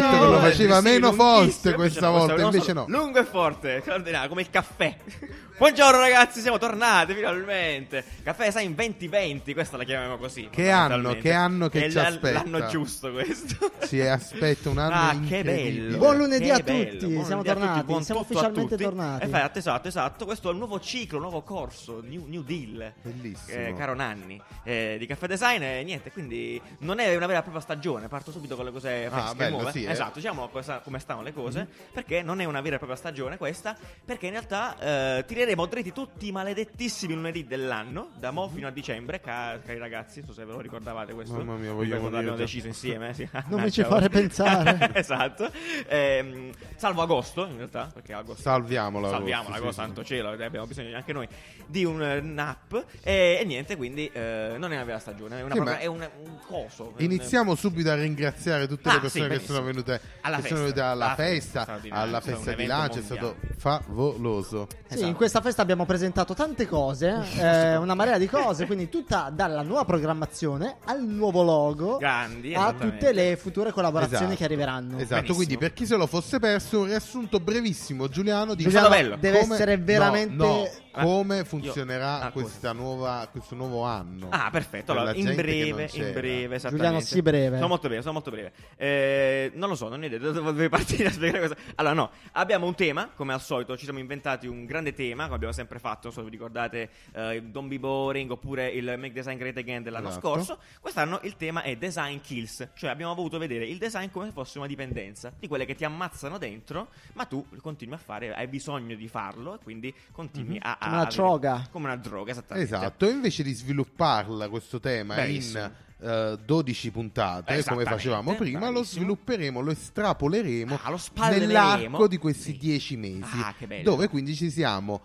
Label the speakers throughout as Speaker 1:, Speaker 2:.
Speaker 1: faceva
Speaker 2: Sì,
Speaker 1: meno
Speaker 2: lunghissimo,
Speaker 1: forte questa volta,
Speaker 2: volevamo
Speaker 1: invece
Speaker 2: solo-
Speaker 1: no.
Speaker 2: Lungo e forte, straordinario, come il caffè. Buongiorno ragazzi, siamo tornati finalmente. Caffè, sai, in 2020, questa la chiamiamo così.
Speaker 1: Che anno,
Speaker 2: fondamentalmente.
Speaker 1: che anno che
Speaker 2: È
Speaker 1: ci
Speaker 2: l'an-
Speaker 1: aspetta.
Speaker 2: L'anno giusto questo.
Speaker 1: Si aspetta un anno
Speaker 2: Ah, che
Speaker 1: incredibile.
Speaker 2: bello!
Speaker 3: Buon lunedì
Speaker 2: che
Speaker 3: a
Speaker 2: bello,
Speaker 3: tutti, siamo
Speaker 2: buon lunedì a tutti,
Speaker 3: tornati,
Speaker 2: buon
Speaker 3: siamo
Speaker 2: tutto a
Speaker 3: ufficialmente
Speaker 2: tutti.
Speaker 3: tornati.
Speaker 2: Esatto, esatto, esatto. Questo è il nuovo ciclo, nuovo corso, New, new Deal.
Speaker 1: Bellissimo.
Speaker 2: Eh, caro Nanni, eh, di Caffè Design e niente, quindi non è una vera e propria stagione, parto subito con le cose fresche
Speaker 1: Ah, bello,
Speaker 2: nuove.
Speaker 1: sì, eh.
Speaker 2: Esatto, diciamo cosa- come stanno le cose, perché non è una vera e propria stagione questa, perché in realtà eh, tireremo dritti tutti i maledettissimi lunedì dell'anno, da mo fino a dicembre, ca- cari ragazzi, non so se ve lo ricordavate questo.
Speaker 1: Mamma mia, voglio
Speaker 2: Quando
Speaker 1: morire
Speaker 2: l'abbiamo
Speaker 1: già.
Speaker 2: deciso insieme. sì.
Speaker 3: Non mi ci
Speaker 2: Mannaggia,
Speaker 3: fare
Speaker 2: oh.
Speaker 3: pensare.
Speaker 2: esatto. Ehm, salvo agosto, in realtà, perché agosto.
Speaker 1: Salviamola.
Speaker 2: Salviamo la
Speaker 1: Rossi,
Speaker 2: cosa,
Speaker 1: sì,
Speaker 2: santo
Speaker 1: sì.
Speaker 2: cielo, ne abbiamo bisogno anche noi di un eh, nap e, e niente, quindi eh, non è una vera stagione, è, una
Speaker 1: Sì,
Speaker 2: propria-
Speaker 1: ma-
Speaker 2: è un, un coso.
Speaker 1: Iniziamo subito a ringraziare tutte
Speaker 2: Ah,
Speaker 1: le persone
Speaker 2: sì,
Speaker 1: che
Speaker 2: benissimo.
Speaker 1: sono venute
Speaker 2: Alla
Speaker 1: che sono
Speaker 2: festa.
Speaker 1: venute alla
Speaker 2: Alla
Speaker 1: festa,
Speaker 2: festa, straordinario,
Speaker 1: alla
Speaker 2: insomma,
Speaker 1: festa
Speaker 2: un
Speaker 1: di
Speaker 2: evento
Speaker 1: lancio, è stato
Speaker 2: mondiale.
Speaker 1: favoloso.
Speaker 3: Sì,
Speaker 2: Esatto.
Speaker 3: in questa festa abbiamo presentato tante cose, eh, una marea di cose, quindi tutta dalla nuova programmazione al nuovo logo
Speaker 2: Grandi, eh,
Speaker 3: a
Speaker 2: esattamente.
Speaker 3: tutte le future collaborazioni
Speaker 1: Esatto.
Speaker 3: che arriveranno.
Speaker 1: Esatto,
Speaker 2: Benissimo.
Speaker 1: quindi per chi se lo fosse perso, un riassunto brevissimo, Giuliano, di
Speaker 2: Giuliano Bello.
Speaker 3: deve
Speaker 1: come-
Speaker 3: essere
Speaker 1: no,
Speaker 3: veramente
Speaker 1: no,
Speaker 2: Ah,
Speaker 1: come
Speaker 2: io-
Speaker 1: funzionerà
Speaker 2: ah, cosa?
Speaker 1: questa nuova, questo nuovo anno.
Speaker 2: Ah, perfetto.
Speaker 1: Per la
Speaker 2: Allora, in
Speaker 1: gente che
Speaker 2: breve,
Speaker 1: non c'era.
Speaker 2: in breve, esattamente.
Speaker 3: Giuliano, sii breve.
Speaker 2: Sono molto breve, sono molto breve. Eh, non lo so, non ho idea da dove dovevi partire a spiegare cosa. Allora, no, abbiamo un tema, come al solito, ci siamo inventati un grande tema, come abbiamo sempre fatto, non so se vi ricordate eh, il Don't Be Boring oppure il Make Design Great Again dell'anno
Speaker 1: Esatto.
Speaker 2: scorso. Quest'anno il tema è Design Kills, cioè abbiamo voluto vedere il design come se fosse una dipendenza, di quelle che ti ammazzano dentro, ma tu continui a fare, hai bisogno di farlo, e quindi continui a, a...
Speaker 3: Come una
Speaker 2: avere-
Speaker 3: droga.
Speaker 2: Come una droga, esattamente.
Speaker 1: Mhm. Esatto, invece di svilupparla questo tema
Speaker 2: Bellissimo.
Speaker 1: in eh, 12 puntate, come
Speaker 2: Esattamente,
Speaker 1: facevamo prima, lo
Speaker 2: bravissimo.
Speaker 1: svilupperemo, lo estrapoleremo
Speaker 2: Ah, lo spalleremo.
Speaker 1: nell'arco di questi
Speaker 2: Sì.
Speaker 1: 10 mesi,
Speaker 2: Ah, che bello. Cioè,
Speaker 1: dove quindi ci siamo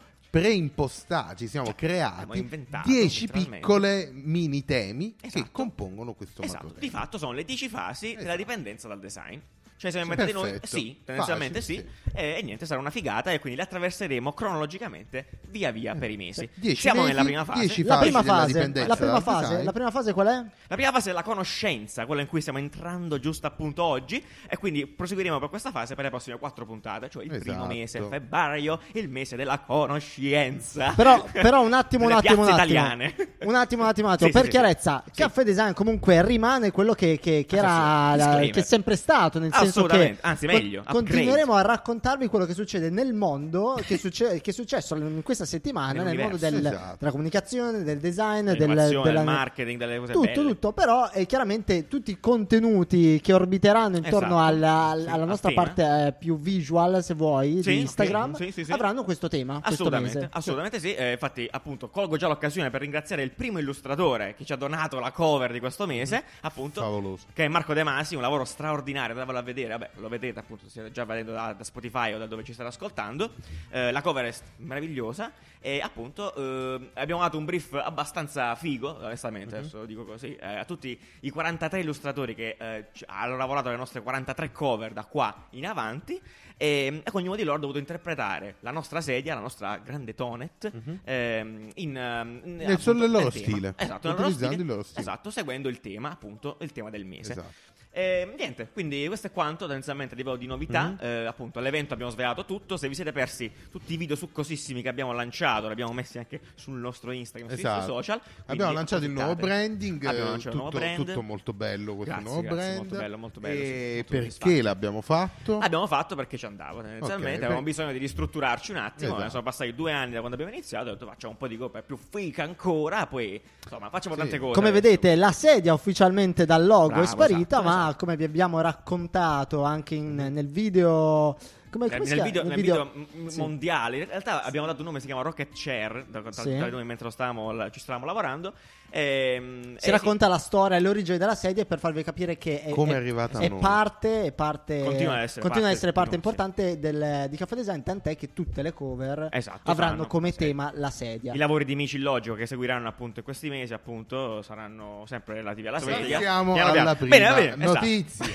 Speaker 1: preimpostati, ci siamo creati
Speaker 2: inventato,
Speaker 1: 10
Speaker 2: letteralmente.
Speaker 1: piccole mini temi che
Speaker 2: Esatto.
Speaker 1: compongono questo
Speaker 2: Esatto,
Speaker 1: materiale.
Speaker 2: di fatto sono le 10 fasi della
Speaker 1: Esatto.
Speaker 2: dipendenza dal design. Cioè, se ne
Speaker 1: Sì,
Speaker 2: mettete noi,
Speaker 1: perfetto.
Speaker 2: sì, tendenzialmente
Speaker 1: Facile,
Speaker 2: sì, E, e niente, sarà una figata e quindi le attraverseremo cronologicamente via via per i mesi.
Speaker 1: dieci
Speaker 2: Siamo
Speaker 1: mesi,
Speaker 2: nella prima fase.
Speaker 1: dieci
Speaker 3: La
Speaker 1: fasi
Speaker 3: prima
Speaker 1: della
Speaker 3: fase,
Speaker 1: dipendenza
Speaker 3: la prima
Speaker 1: dal
Speaker 3: fase,
Speaker 1: design.
Speaker 3: la prima fase qual è?
Speaker 2: La prima fase è la conoscenza, quella in cui stiamo entrando giusto appunto oggi e quindi proseguiremo per questa fase per le prossime quattro puntate, cioè il primo
Speaker 1: Esatto.
Speaker 2: mese, febbraio, il mese della conoscenza.
Speaker 3: Però, però un attimo, un
Speaker 2: Delle
Speaker 3: attimo, un
Speaker 2: piazze
Speaker 3: attimo.
Speaker 2: italiane.
Speaker 3: Un attimo, un attimo, un attimo.
Speaker 2: Sì, sì,
Speaker 3: per
Speaker 2: sì,
Speaker 3: chiarezza,
Speaker 2: sì.
Speaker 3: Caffè Design comunque rimane quello che, che- che
Speaker 2: Ah, sì,
Speaker 3: era
Speaker 2: sì,
Speaker 3: la-
Speaker 2: disclaimer.
Speaker 3: che è sempre stato. Nel senso che
Speaker 2: Assolutamente, anzi, meglio, upgrade.
Speaker 3: continueremo a raccontarvi quello che succede nel mondo, che, succe- che è successo in questa settimana, nel mondo
Speaker 2: Nell'universo,
Speaker 3: del-
Speaker 1: esatto.
Speaker 3: della comunicazione, del design, del,
Speaker 2: Dell'innovazione,
Speaker 3: della-
Speaker 2: del marketing, delle cose
Speaker 3: tutto,
Speaker 2: belle.
Speaker 3: tutto. Però eh, chiaramente tutti i contenuti che orbiteranno intorno
Speaker 2: Esatto.
Speaker 3: alla,
Speaker 2: Sì,
Speaker 3: alla
Speaker 2: al
Speaker 3: nostra
Speaker 2: tema.
Speaker 3: parte eh, più visual, se vuoi,
Speaker 2: Sì,
Speaker 3: di
Speaker 2: ok,
Speaker 3: Instagram,
Speaker 2: sì, sì, sì.
Speaker 3: avranno questo tema. questo
Speaker 2: Assolutamente,
Speaker 3: mese.
Speaker 2: assolutamente sì. Eh, infatti, appunto, colgo già l'occasione per ringraziare il primo illustratore che ci ha donato la cover di questo mese,
Speaker 3: Mm.
Speaker 2: appunto,
Speaker 1: Favoloso.
Speaker 2: che è Marco De Masi, un lavoro straordinario, andatevelo a vedere, vabbè, lo vedete appunto, state già vedendo da, da Spotify o da dove ci state ascoltando. Eh, la cover è st- meravigliosa e appunto eh, abbiamo dato un brief abbastanza figo,
Speaker 1: Mhm.
Speaker 2: onestamente, adesso lo dico così, eh, a tutti i 43 illustratori che eh, ci- hanno lavorato alle nostre 43 cover da qua in avanti e, e con ognuno di loro ha dovuto interpretare la nostra sedia, la nostra grande tonet,
Speaker 1: Mhm.
Speaker 2: ehm, in, ehm, in-
Speaker 1: Nel solo
Speaker 2: appunto,
Speaker 1: loro
Speaker 2: nel tema.
Speaker 1: stile,
Speaker 2: Esatto, nel loro
Speaker 1: utilizzando
Speaker 2: stile.
Speaker 1: il loro stile.
Speaker 2: Esatto, seguendo il tema, appunto, il tema del mese.
Speaker 1: Esatto.
Speaker 2: Eh, niente, quindi questo è quanto tendenzialmente a livello di novità.
Speaker 1: Mhm.
Speaker 2: Eh, appunto, all'evento abbiamo svelato tutto. Se vi siete persi tutti i video succosissimi che abbiamo lanciato, li abbiamo messi anche sul nostro Instagram, sui
Speaker 1: Esatto.
Speaker 2: nostri social.
Speaker 1: Abbiamo
Speaker 2: quindi
Speaker 1: lanciato il nuovo
Speaker 2: approfittate.
Speaker 1: branding,
Speaker 2: Abbiamo
Speaker 1: eh,
Speaker 2: lanciato
Speaker 1: tutto,
Speaker 2: il nuovo brand.
Speaker 1: tutto molto bello questo
Speaker 2: Grazie,
Speaker 1: nuovo
Speaker 2: grazie,
Speaker 1: brand.
Speaker 2: molto bello, molto bello, sì,
Speaker 1: E
Speaker 2: molto
Speaker 1: perché
Speaker 2: soddisfatto.
Speaker 1: l'abbiamo fatto?
Speaker 2: Abbiamo fatto perché ci andavo tendenzialmente,
Speaker 1: Ok,
Speaker 2: avevamo
Speaker 1: beh.
Speaker 2: bisogno di ristrutturarci un attimo,
Speaker 1: Esatto.
Speaker 2: sono passati due anni da quando abbiamo iniziato, ho detto facciamo un po' di coppe più fica ancora, poi insomma facciamo
Speaker 1: Sì.
Speaker 2: tante cose.
Speaker 3: Come
Speaker 2: adesso.
Speaker 3: vedete, la sedia ufficialmente dal logo
Speaker 2: Bravo,
Speaker 3: è sparita,
Speaker 2: esatto,
Speaker 3: ma
Speaker 2: esatto. Mm-hmm.
Speaker 3: come vi abbiamo raccontato anche in- nel video. Come,
Speaker 2: Eh, Nel,
Speaker 3: come si
Speaker 2: nel
Speaker 3: chiama?
Speaker 2: video,
Speaker 3: Nel
Speaker 2: nel video mm,
Speaker 3: video-
Speaker 2: m-
Speaker 3: sì.
Speaker 2: mondiale, in realtà abbiamo dato un nome, si chiama Rocket Chair, da, da-
Speaker 3: Sì.
Speaker 2: da noi mentre lo stavamo, la- ci stavamo lavorando. Ehm,
Speaker 3: Si
Speaker 2: eh,
Speaker 3: racconta la storia e l'origine della sedia per farvi capire che è,
Speaker 1: Come è
Speaker 3: è-
Speaker 1: arrivata a
Speaker 3: è
Speaker 1: noi.
Speaker 3: parte, è parte-
Speaker 2: Continua ad essere
Speaker 3: continua
Speaker 2: parte,
Speaker 3: ad essere parte
Speaker 2: no, sì.
Speaker 3: importante del- di Caffè Design. Tant'è che tutte le cover
Speaker 2: Esatto,
Speaker 3: avranno
Speaker 2: saranno,
Speaker 3: come
Speaker 2: sì.
Speaker 3: tema la sedia.
Speaker 2: I lavori di Mici Logico che seguiranno appunto in questi mesi appunto saranno sempre relativi alla
Speaker 1: Passiamo
Speaker 2: sedia.
Speaker 1: alla
Speaker 2: Piano piano.
Speaker 1: prima
Speaker 2: Bene, va bene, esatto.
Speaker 1: notizia.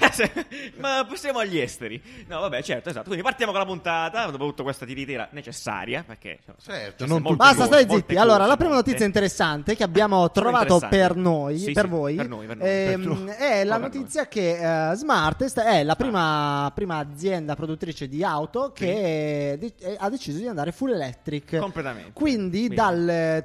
Speaker 2: Ma passiamo agli esteri. No, vabbè, certo, esatto. Quindi partiamo con la puntata, dopo tutta questa tiritera necessaria, perché... insomma,
Speaker 1: Certo,
Speaker 2: ci sono
Speaker 1: non
Speaker 2: molte
Speaker 1: tutti
Speaker 3: Basta,
Speaker 1: Molte
Speaker 3: stai
Speaker 2: molte
Speaker 3: zitti. Allora,
Speaker 2: cose,
Speaker 3: la prima
Speaker 2: molte-
Speaker 3: notizia interessante che abbiamo trovato
Speaker 2: eh. interessante.
Speaker 3: per noi,
Speaker 2: Sì,
Speaker 3: per
Speaker 2: sì,
Speaker 3: voi,
Speaker 2: per noi, per noi.
Speaker 3: ehm,
Speaker 1: Per noi.
Speaker 3: è la
Speaker 2: No, per
Speaker 3: notizia che eh, Smartest è la prima, prima azienda produttrice di auto che di- eh, ha deciso di andare full electric.
Speaker 2: Completamente.
Speaker 3: Quindi
Speaker 2: Quindi.
Speaker 3: dal eh,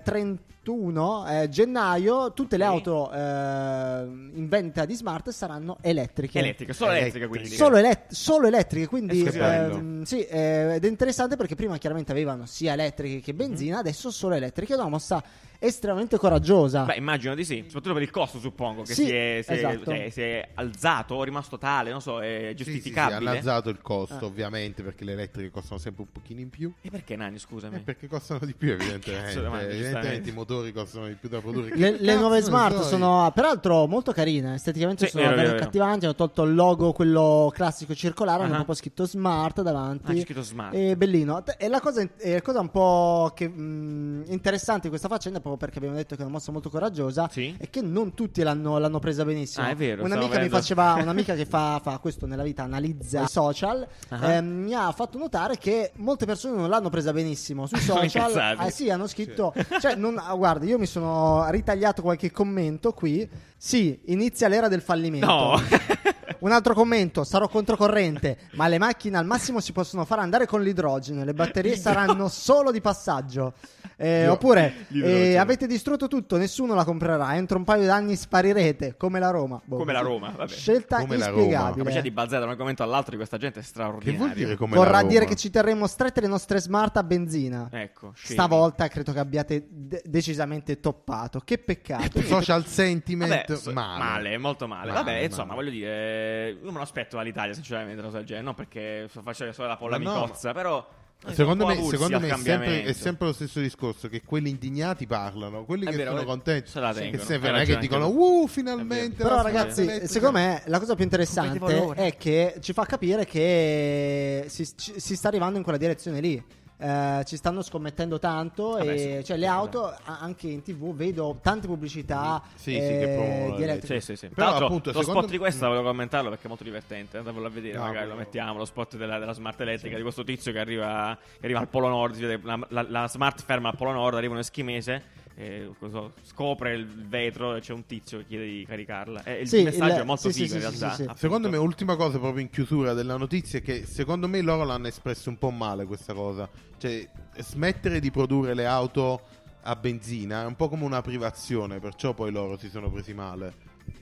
Speaker 3: 31 eh, gennaio tutte le
Speaker 2: Sì.
Speaker 3: auto eh, in vendita di Smartest saranno elettriche.
Speaker 2: Elettrica, solo elettrica,
Speaker 1: Elettrica.
Speaker 2: quindi.
Speaker 3: Solo, elett- solo elettriche, quindi
Speaker 2: Eh, sì, che bello.
Speaker 3: ehm, sì, eh, ed è interessante perché prima chiaramente avevano sia elettriche
Speaker 2: Mhm.
Speaker 3: che benzina, adesso solo elettriche, è una mossa estremamente
Speaker 1: Ah.
Speaker 3: coraggiosa.
Speaker 2: Beh, immagino di sì, soprattutto per il costo, suppongo, che
Speaker 3: Sì,
Speaker 2: si, è, si è-
Speaker 3: esatto.
Speaker 2: cioè, si è alzato, è rimasto tale, non so, è
Speaker 1: Sì, sì, sì,
Speaker 2: giustificabile.
Speaker 1: hanno alzato il costo,
Speaker 3: Ah.
Speaker 1: ovviamente, perché le elettriche costano sempre un pochino in più.
Speaker 2: E perché Nani, scusami?
Speaker 1: Eh, perché costano di più,
Speaker 2: Eh, Cazzo,
Speaker 1: evidentemente.
Speaker 2: domanda, giustamente.
Speaker 1: evidentemente i motori costano di più da produrre. Che
Speaker 3: Le, le
Speaker 1: cazzo
Speaker 3: nuove
Speaker 1: ne
Speaker 3: smart
Speaker 1: so io?
Speaker 3: sono peraltro molto carine, esteticamente
Speaker 2: Sì,
Speaker 3: sono
Speaker 2: vero,
Speaker 3: davvero
Speaker 2: vero, vero.
Speaker 3: cattivanti, hanno tolto il logo, quello classico circolare, hanno
Speaker 2: Ah.
Speaker 3: proprio scritto smart davanti.
Speaker 2: Ah, c'è scritto smart.
Speaker 1: Eh,
Speaker 3: È Eh, bellino. T- E la cosa, e la cosa un po' che, mh, interessante di questa faccenda, proprio perché abbiamo detto che è una mossa molto coraggiosa,
Speaker 2: Sì.
Speaker 3: è che non tutti l'hanno, l'hanno presa benissimo.
Speaker 2: Ah, è vero, stavo
Speaker 3: Un'amica, mi
Speaker 2: vedendo.
Speaker 3: faceva, un'amica che fa, fa questo nella vita, analizza i social,
Speaker 2: Ah.
Speaker 3: ehm, mi ha fatto notare che molte persone non l'hanno presa benissimo sui
Speaker 2: Sono
Speaker 3: social.
Speaker 2: incazzati.
Speaker 3: eh sì, hanno scritto, cioè, non- ah, guarda, io mi sono ritagliato qualche commento qui. Sì, inizia l'era del fallimento.
Speaker 2: No!
Speaker 1: Eh.
Speaker 3: Un altro commento, sarò controcorrente, ma le macchine al massimo si possono far andare con l'idrogeno, le batterie saranno solo di passaggio. Eh,
Speaker 1: Io-
Speaker 3: oppure
Speaker 2: l'idrogeno.
Speaker 3: eh, avete distrutto tutto, nessuno la comprerà, entro un paio d'anni sparirete, come la Roma. Boh,
Speaker 2: Come la
Speaker 3: così.
Speaker 2: Roma, vabbè.
Speaker 3: Scelta
Speaker 1: Come la Roma.
Speaker 3: inspiegabile.
Speaker 2: Capacità di balzare da un argomento all'altro di questa gente è
Speaker 1: Che
Speaker 2: straordinaria.
Speaker 1: vuol dire come la
Speaker 3: Vorrà
Speaker 1: Roma?
Speaker 3: dire che ci terremo strette le nostre smart a benzina.
Speaker 2: Ecco, scemi.
Speaker 3: Stavolta credo che abbiate de- decisamente toppato. Che peccato.
Speaker 1: Social
Speaker 2: Vabbè,
Speaker 1: sentiment
Speaker 2: so-
Speaker 1: male.
Speaker 2: molto male.
Speaker 1: Male,
Speaker 2: Vabbè,
Speaker 1: male.
Speaker 2: insomma, voglio dire, io me lo aspetto dall'Italia, sinceramente, una cosa del genere. Non perché so- faccio solo la polla
Speaker 1: Ma no,
Speaker 2: micozza, però. eh,
Speaker 1: Secondo
Speaker 2: sono un
Speaker 1: me,
Speaker 2: po' avulsi
Speaker 1: secondo
Speaker 2: al
Speaker 1: me è, sempre,
Speaker 2: cambiamento.
Speaker 1: è sempre lo stesso discorso che quelli indignati parlano, quelli
Speaker 2: È
Speaker 1: che
Speaker 2: vero,
Speaker 1: sono
Speaker 2: eh,
Speaker 1: contenti,
Speaker 2: se la
Speaker 1: che
Speaker 2: tengono,
Speaker 1: se-
Speaker 2: hai
Speaker 1: non è che
Speaker 2: ragione
Speaker 1: dicono
Speaker 2: anche tu.
Speaker 1: uh
Speaker 2: È
Speaker 1: finalmente.
Speaker 2: vero.
Speaker 1: la
Speaker 3: Però
Speaker 2: Sì,
Speaker 3: ragazzi,
Speaker 1: elettrica".
Speaker 3: secondo me la cosa più interessante
Speaker 2: valore.
Speaker 3: è che ci fa capire che si, ci- si sta arrivando in quella direzione lì. Eh, ci stanno scommettendo tanto
Speaker 1: Ah
Speaker 2: Vabbè,
Speaker 3: e
Speaker 2: sì.
Speaker 3: cioè
Speaker 1: Eh,
Speaker 3: le auto a- anche in tv vedo tante pubblicità
Speaker 1: Sì, sì,
Speaker 3: eh,
Speaker 1: che promuovono
Speaker 3: di
Speaker 1: le- cioè,
Speaker 3: elettriche.
Speaker 2: Sì, sì, sì.
Speaker 1: Però,
Speaker 2: Tra l'altro,
Speaker 1: appunto,
Speaker 2: lo
Speaker 1: secondo
Speaker 2: spot di
Speaker 1: me- mm.
Speaker 2: questa volevo commentarlo perché è molto divertente. Andatevelo a vedere,
Speaker 1: No,
Speaker 2: magari lo
Speaker 1: quello-
Speaker 2: mettiamo. Lo spot della, della smart elettrica di questo tizio che arriva, che arriva al Polo Nord. si vede la, la- la smart ferma al Polo Nord, arriva un eschimese. eh, cosa so, scopre il vetro e c'è un tizio che chiede di caricarla. Eh, il
Speaker 3: Sì,
Speaker 2: messaggio
Speaker 3: il-
Speaker 2: è molto
Speaker 3: sì, sì,
Speaker 2: figo
Speaker 3: sì,
Speaker 2: in
Speaker 3: sì,
Speaker 2: realtà.
Speaker 3: sì, sì.
Speaker 2: appunto.
Speaker 1: Secondo me, ultima cosa proprio in chiusura della notizia è che secondo me loro l'hanno espresso un po' male questa cosa. Cioè, smettere di produrre le auto a benzina è un po' come una privazione, perciò poi loro si sono presi male.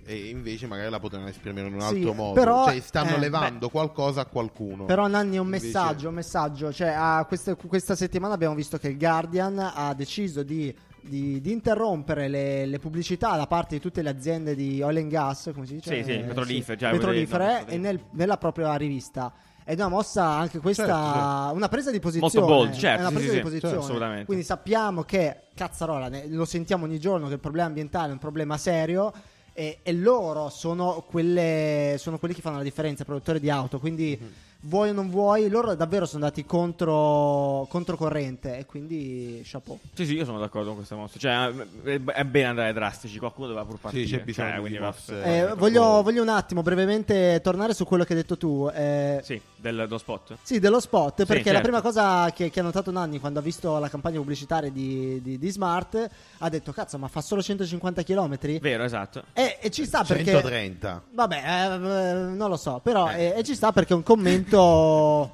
Speaker 1: E invece magari la potevano esprimere in un
Speaker 3: Sì,
Speaker 1: altro modo.
Speaker 3: però-
Speaker 1: cioè, stanno
Speaker 3: eh,
Speaker 1: levando qualcosa a qualcuno.
Speaker 3: Però Nanni un
Speaker 1: Invece-
Speaker 3: messaggio, un messaggio, cioè ah, questa, questa settimana abbiamo visto che il Guardian ha deciso di, di- di interrompere le, le pubblicità da parte di tutte le aziende di oil and gas, come si dice?
Speaker 2: Sì, sì,
Speaker 3: Eh,
Speaker 2: petrolifere, cioè,
Speaker 3: petrolifere,
Speaker 2: quelle- no,
Speaker 3: e nel- nella propria rivista. Ed è una mossa anche questa,
Speaker 1: Certo, certo.
Speaker 3: una presa di posizione.
Speaker 2: Molto bold,
Speaker 3: è
Speaker 2: certo,
Speaker 3: una
Speaker 2: sì,
Speaker 3: presa
Speaker 2: sì,
Speaker 3: di
Speaker 2: sì,
Speaker 3: posizione.
Speaker 2: certo, assolutamente.
Speaker 3: Quindi sappiamo che, cazzarola, ne- lo sentiamo ogni giorno che il problema ambientale è un problema serio e, e loro sono, quelle, sono quelli che fanno la differenza, i produttori di auto. Quindi
Speaker 2: Mm-hmm.
Speaker 3: vuoi o non vuoi, loro davvero sono andati contro, controcorrente e quindi chapeau.
Speaker 2: Sì, sì, io sono d'accordo con questa mossa. Cioè, è è bene andare drastici. Qualcuno doveva pur partire.
Speaker 1: c'è bisogno
Speaker 2: Cioè,
Speaker 1: di
Speaker 2: quindi
Speaker 1: mosse.
Speaker 2: va-
Speaker 1: Eh,
Speaker 3: Eh,
Speaker 1: proprio-
Speaker 3: voglio, voglio un attimo brevemente tornare su quello che hai detto tu. eh,
Speaker 2: Sì, del, dello spot.
Speaker 3: Sì, dello spot, perché la
Speaker 2: certo.
Speaker 3: prima cosa che, che ha notato Nanni quando ha visto la campagna pubblicitaria di, di- di Smart ha detto, cazzo, ma fa solo 150 km? E,
Speaker 2: Vero, esatto.
Speaker 3: e ci sta perché...
Speaker 1: 130.
Speaker 3: Vabbè, eh, eh, non lo so, però
Speaker 2: Eh.
Speaker 3: eh, e ci sta perché è un commento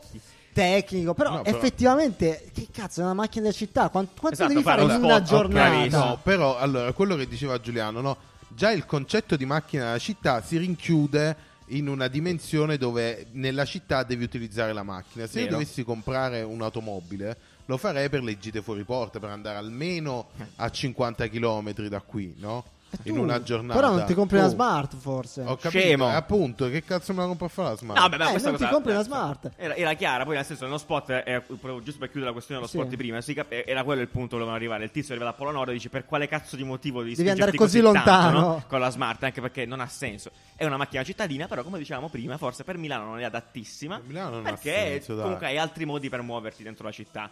Speaker 3: tecnico, però
Speaker 1: No, però-
Speaker 3: effettivamente, che cazzo, è una macchina da città, quant- quanto
Speaker 2: Esatto,
Speaker 3: devi
Speaker 2: fare
Speaker 3: fare
Speaker 2: lo
Speaker 3: in
Speaker 2: spot,
Speaker 3: una
Speaker 2: ok,
Speaker 3: giornata?
Speaker 2: bravissimo.
Speaker 1: No, però allora quello che diceva Giuliano, no? Già il concetto di macchina da città si rinchiude in una dimensione dove nella città devi utilizzare la macchina. Se io
Speaker 2: Vero.
Speaker 1: dovessi comprare un'automobile, lo farei per le gite fuori porta, per andare almeno a 50 km da qui, no?
Speaker 3: Eh,
Speaker 1: In
Speaker 3: tu-
Speaker 1: una giornata.
Speaker 3: Però non ti compri
Speaker 2: Oh.
Speaker 3: una
Speaker 1: Tu-
Speaker 3: Smart forse.
Speaker 1: Ho capito,
Speaker 2: Scemo.
Speaker 1: appunto, che cazzo me la compro a fare la smart?
Speaker 2: No, beh, beh,
Speaker 3: Eh,
Speaker 2: questa
Speaker 3: non ti
Speaker 2: cosa-
Speaker 3: compri la
Speaker 2: eh,
Speaker 3: Smart.
Speaker 2: Era, era chiara, poi nel senso, nello spot, eh, proprio giusto per chiudere la questione dello
Speaker 3: Sì.
Speaker 2: spot di prima, si cap- era quello il punto dove volevano arrivare. Il tizio arriva da Polo Nord e dice per quale cazzo di motivo devi,
Speaker 3: Devi andare
Speaker 2: spingerti
Speaker 3: così
Speaker 2: tanto,
Speaker 3: lontano.
Speaker 2: no? con la Smart, anche perché non ha senso. È una macchina cittadina, però come dicevamo prima, forse per Milano non è adattissima,
Speaker 1: Per Milano non ha
Speaker 2: perché
Speaker 1: senso, dai.
Speaker 2: comunque hai altri modi per muoverti dentro la città.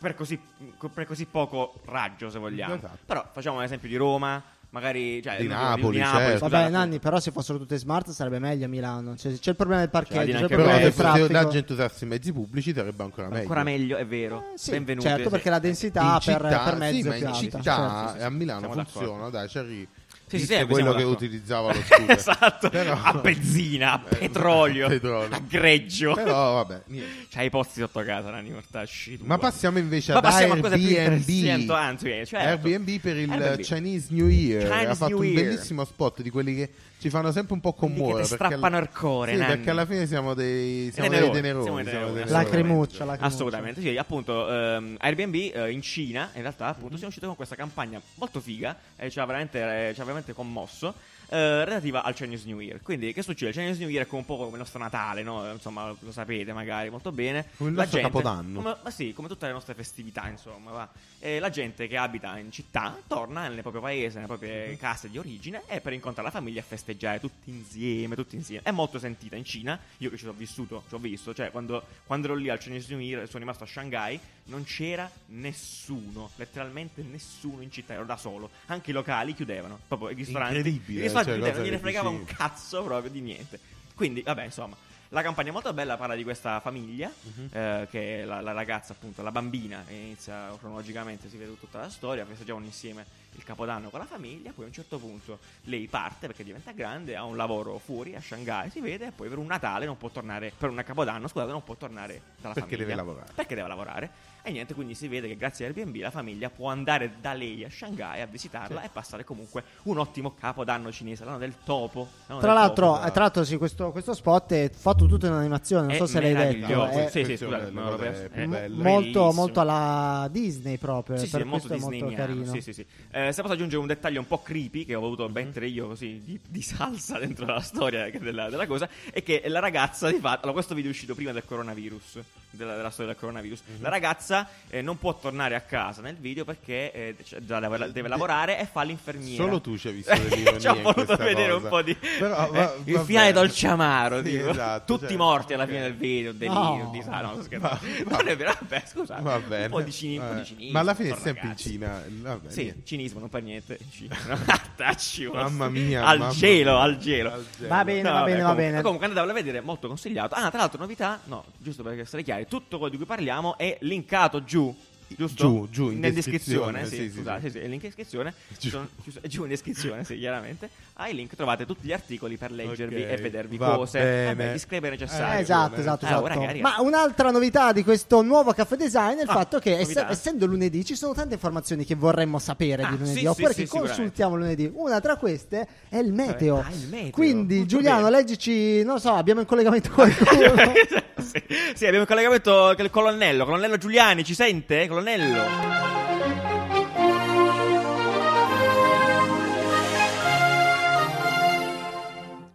Speaker 2: Per così, per così poco raggio, se vogliamo.
Speaker 1: Esatto.
Speaker 2: Però facciamo un esempio di Roma, magari cioè,
Speaker 1: Di
Speaker 2: non-
Speaker 1: Napoli, certo.
Speaker 2: scusate,
Speaker 3: Vabbè,
Speaker 2: appunto.
Speaker 3: Nanni, però se fossero tutte smart sarebbe meglio a Milano. Cioè, c'è il problema del
Speaker 2: Cioè,
Speaker 3: parcheggio,
Speaker 2: dire
Speaker 3: c'è il
Speaker 2: anche
Speaker 3: problema
Speaker 1: Però
Speaker 3: del
Speaker 1: se se la
Speaker 3: traffico.
Speaker 1: gente usasse i mezzi pubblici sarebbe ancora meglio.
Speaker 2: Ancora meglio, è vero.
Speaker 3: Eh, sì,
Speaker 2: Benvenuti. Eh,
Speaker 3: certo, perché la densità
Speaker 1: in
Speaker 3: per,
Speaker 1: città,
Speaker 3: per mezzo
Speaker 1: sì, ma
Speaker 3: è
Speaker 1: in
Speaker 3: più alta.
Speaker 1: città
Speaker 3: certo.
Speaker 2: sì, sì,
Speaker 1: e a Milano
Speaker 2: siamo d'accordo.
Speaker 1: funziona, dai, ci arrivi.
Speaker 2: Sì, sì,
Speaker 1: Visto
Speaker 2: sì,
Speaker 1: quello
Speaker 2: siamo
Speaker 1: che
Speaker 2: d'accordo.
Speaker 1: utilizzava lo scooter.
Speaker 2: esatto.
Speaker 1: Però- Eh,
Speaker 2: A benzina, a petrolio,
Speaker 1: A petrolio.
Speaker 2: a greggio.
Speaker 1: Però vabbè, niente.
Speaker 2: C'hai i pozzi sotto casa, Nanni Mortacci.
Speaker 1: Ma passiamo invece
Speaker 2: Ma
Speaker 1: ad
Speaker 2: passiamo a cose più interessanti,
Speaker 1: Airbnb.
Speaker 2: anzi, eh, certo.
Speaker 1: Airbnb per il
Speaker 2: Airbnb.
Speaker 1: Chinese New Year
Speaker 2: Chinese
Speaker 1: ha fatto
Speaker 2: New
Speaker 1: un
Speaker 2: Year.
Speaker 1: bellissimo spot di quelli che ci fanno sempre un po'
Speaker 2: Quelli che
Speaker 1: commuovere
Speaker 2: ti
Speaker 1: perché al-
Speaker 2: strappano il cuore,
Speaker 1: Sì,
Speaker 2: Nanni.
Speaker 1: perché alla fine siamo dei siamo dei
Speaker 2: Teneroni,
Speaker 1: teneroni,
Speaker 2: siamo dei
Speaker 1: siamo dei
Speaker 2: teneroni,
Speaker 1: teneroni.
Speaker 3: Lacrimuccia, lacrimuccia.
Speaker 2: Assolutamente, sì, appunto ehm, Airbnb eh, in Cina in realtà
Speaker 1: Mhm.
Speaker 2: appunto siamo usciti con questa campagna molto figa e ci ha veramente, eh, ci ha veramente commosso eh, relativa al Chinese New Year. Quindi che succede? Il Chinese New Year è come un po' come il nostro Natale, no? Insomma, lo sapete magari molto bene.
Speaker 1: Come il
Speaker 2: La
Speaker 1: nostro
Speaker 2: gente-
Speaker 1: Capodanno.
Speaker 2: Come, ma sì, come tutte le nostre festività, insomma, va. Eh, la gente che abita in città torna nel proprio paese, nelle proprie
Speaker 1: Mhm.
Speaker 2: case di origine e per incontrare la famiglia e festeggiare tutti insieme, tutti insieme. È molto sentita in Cina, io che ci ho vissuto, ci ho visto, cioè quando, quando ero lì al Chinese New Year sono rimasto a Shanghai, non c'era nessuno, letteralmente nessuno in città, ero da solo. Anche i locali chiudevano, proprio i ristoranti.
Speaker 1: Incredibile,
Speaker 2: I ristoranti
Speaker 1: cioè,
Speaker 2: chiudevano,
Speaker 1: cosa
Speaker 2: non gliene
Speaker 1: che
Speaker 2: fregava
Speaker 1: dici?
Speaker 2: un cazzo proprio di niente. Quindi, vabbè, insomma, la campagna è molto bella, parla di questa famiglia
Speaker 1: Mhm.
Speaker 2: eh, che è la, la ragazza, appunto, la bambina, che inizia cronologicamente, si vede tutta la storia, festeggiavano insieme il Capodanno con la famiglia, poi a un certo punto lei parte perché diventa grande, ha un lavoro fuori a Shanghai, si vede, e poi per un Natale non può tornare, per un Capodanno, scusate, non può tornare dalla
Speaker 1: Perché
Speaker 2: famiglia.
Speaker 1: deve lavorare.
Speaker 2: Perché deve lavorare. E niente, quindi si vede che grazie a Airbnb la famiglia può andare da lei a Shanghai a visitarla e passare comunque un ottimo Capodanno cinese, l'anno del topo. l'anno
Speaker 3: Tra
Speaker 2: del
Speaker 3: l'altro,
Speaker 2: topo.
Speaker 3: eh, tra l'altro sì, questo, questo spot è fatto tutto in animazione, non
Speaker 2: Eh, È
Speaker 3: so se l'hai detto.
Speaker 2: meraviglioso,
Speaker 3: È
Speaker 2: sì, sì,
Speaker 1: Queste sono
Speaker 2: scusate,
Speaker 1: le
Speaker 2: me l'ho
Speaker 1: cose
Speaker 2: perso.
Speaker 1: più
Speaker 2: Eh,
Speaker 1: belle.
Speaker 3: molto,
Speaker 2: bellissimo.
Speaker 3: molto alla Disney proprio.
Speaker 2: Sì,
Speaker 3: per
Speaker 2: sì, è molto
Speaker 3: questo è molto
Speaker 2: disneyiano.
Speaker 3: carino. Mhm.
Speaker 2: Sì, sì, sì. Eh, se posso aggiungere un dettaglio un po' creepy che ho voluto mettere io così di, di salsa dentro la storia anche della, della cosa, è che la ragazza di fatto. Allora, questo video è uscito prima del coronavirus, della, della storia del coronavirus.
Speaker 3: Mhm.
Speaker 2: La ragazza eh, non può tornare a casa nel video perché eh, cioè, da- da- deve,
Speaker 1: De-
Speaker 2: lavorare e fa l'infermiera.
Speaker 1: Solo tu ci hai Cioè, visto l'ironia
Speaker 2: ci ho
Speaker 1: in
Speaker 2: voluto
Speaker 1: questa
Speaker 2: vedere
Speaker 1: cosa.
Speaker 2: un po' di
Speaker 1: Però, va-
Speaker 2: eh, il
Speaker 1: vabbè.
Speaker 2: finale dolce amaro
Speaker 1: Sì,
Speaker 2: tipo.
Speaker 1: esatto,
Speaker 2: tutti
Speaker 1: cioè,
Speaker 2: morti alla fine
Speaker 1: ok.
Speaker 2: del video delirio
Speaker 3: No.
Speaker 2: di no, sto scherzando.
Speaker 1: Va- va-
Speaker 2: non è vero vabbè scusate
Speaker 1: Va bene.
Speaker 2: un po' di, cini- un po' di
Speaker 1: Eh,
Speaker 2: cinismo
Speaker 1: Ma alla fine è
Speaker 2: sono
Speaker 1: sempre in
Speaker 2: ragazzi.
Speaker 1: Cina. Vabbè,
Speaker 2: Sì,
Speaker 1: niente.
Speaker 2: cinismo, non per niente. Cinismo.
Speaker 1: Mamma mia.
Speaker 2: Al
Speaker 1: mamma
Speaker 2: gelo,
Speaker 1: mia.
Speaker 2: al gelo.
Speaker 1: Al
Speaker 3: Va bene.
Speaker 2: No, vabbè,
Speaker 3: va
Speaker 2: comunque,
Speaker 3: bene.
Speaker 2: Comunque andate a vedere, molto consigliato. Ah, tra l'altro, novità, no, giusto per essere chiari, tutto quello di cui parliamo è linkato giù. Giusto?
Speaker 1: Giù, giù, in
Speaker 2: Nel descrizione,
Speaker 1: descrizione,
Speaker 2: sì,
Speaker 1: sì, sì,
Speaker 2: scusate,
Speaker 1: sì.
Speaker 2: sì, sì, il link in descrizione.
Speaker 1: Giù.
Speaker 2: Sono- ci sono- giù in descrizione, sì, chiaramente. Ai link trovate tutti gli articoli per leggervi
Speaker 1: Ok,
Speaker 2: e vedervi
Speaker 1: va
Speaker 2: cose.
Speaker 1: bene.
Speaker 2: Vabbè, disclaimer
Speaker 3: Eh,
Speaker 2: necessario.
Speaker 3: esatto, esatto,
Speaker 2: Ah, oh,
Speaker 3: esatto.
Speaker 2: ragazzi,
Speaker 3: Ma un'altra novità di questo nuovo caffè design è il
Speaker 2: Ah,
Speaker 3: fatto che ess-
Speaker 2: novità.
Speaker 3: essendo lunedì ci sono tante informazioni che vorremmo sapere
Speaker 2: Ah,
Speaker 3: di lunedì
Speaker 2: sì,
Speaker 3: oppure
Speaker 2: sì,
Speaker 3: che
Speaker 2: sì,
Speaker 3: consultiamo lunedì. Una tra queste è il meteo.
Speaker 2: Ah, il meteo.
Speaker 3: Quindi
Speaker 2: Molto
Speaker 3: Giuliano,
Speaker 2: bene.
Speaker 3: leggici, non lo so, abbiamo in collegamento qualcuno.
Speaker 2: sì, sì, abbiamo il collegamento con il colonnello. Colonnello Giuliani, ci sente? Colonnello?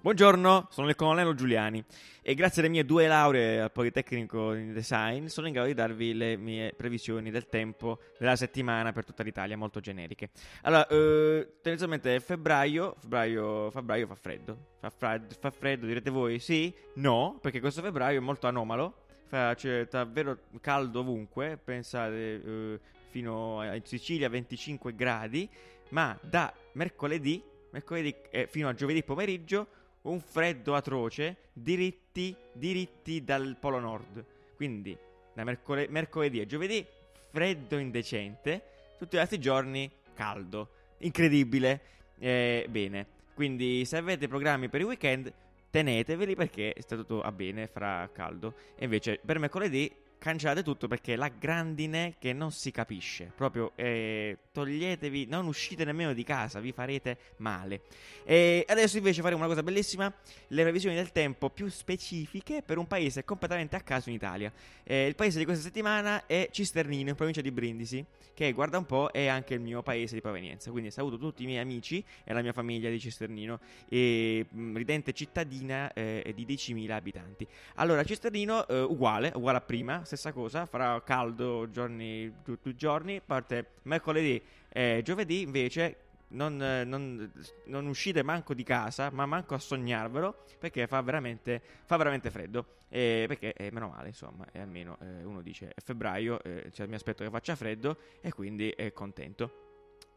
Speaker 2: Buongiorno, sono il colonnello Giuliani e grazie alle mie due lauree al Politecnico in Design sono in grado di darvi le mie previsioni del tempo della settimana per tutta l'Italia, molto generiche. Allora, eh, tendenzialmente è febbraio, febbraio, febbraio fa freddo. Fa, frad- fa freddo, direte voi sì? No, perché questo febbraio è molto anomalo. Fa, c'è davvero caldo ovunque, pensate eh, fino a in Sicilia 25 gradi, ma da mercoledì, mercoledì eh, fino a giovedì pomeriggio un freddo atroce diritti, diritti dal Polo Nord. Quindi da mercole- mercoledì e giovedì freddo indecente, tutti gli altri giorni caldo. Incredibile. Eh, bene, quindi se avete programmi per il weekend teneteveli perché sta tutto a bene, farà caldo. E invece per mercoledì cancellate tutto perché la grandine che non si capisce. Proprio eh, toglietevi, non uscite nemmeno di casa, vi farete male. E adesso invece faremo una cosa bellissima, le previsioni del tempo più specifiche per un paese completamente a caso in Italia. Eh, il paese di questa settimana è Cisternino, in provincia di Brindisi, che guarda un po' è anche il mio paese di provenienza. Quindi saluto tutti i miei amici e la mia famiglia di Cisternino, e, mh, ridente cittadina eh, di 10.000 abitanti. Allora, Cisternino eh, uguale, uguale a prima, stessa cosa, farà caldo giorni, tutti i giorni, parte mercoledì e giovedì invece non, eh, non- non uscite manco di casa, ma manco a sognarvelo, perché fa veramente, fa veramente freddo. E perché eh, meno male, insomma, e almeno eh, uno dice è febbraio, eh, cioè, mi aspetto che faccia freddo e quindi è contento.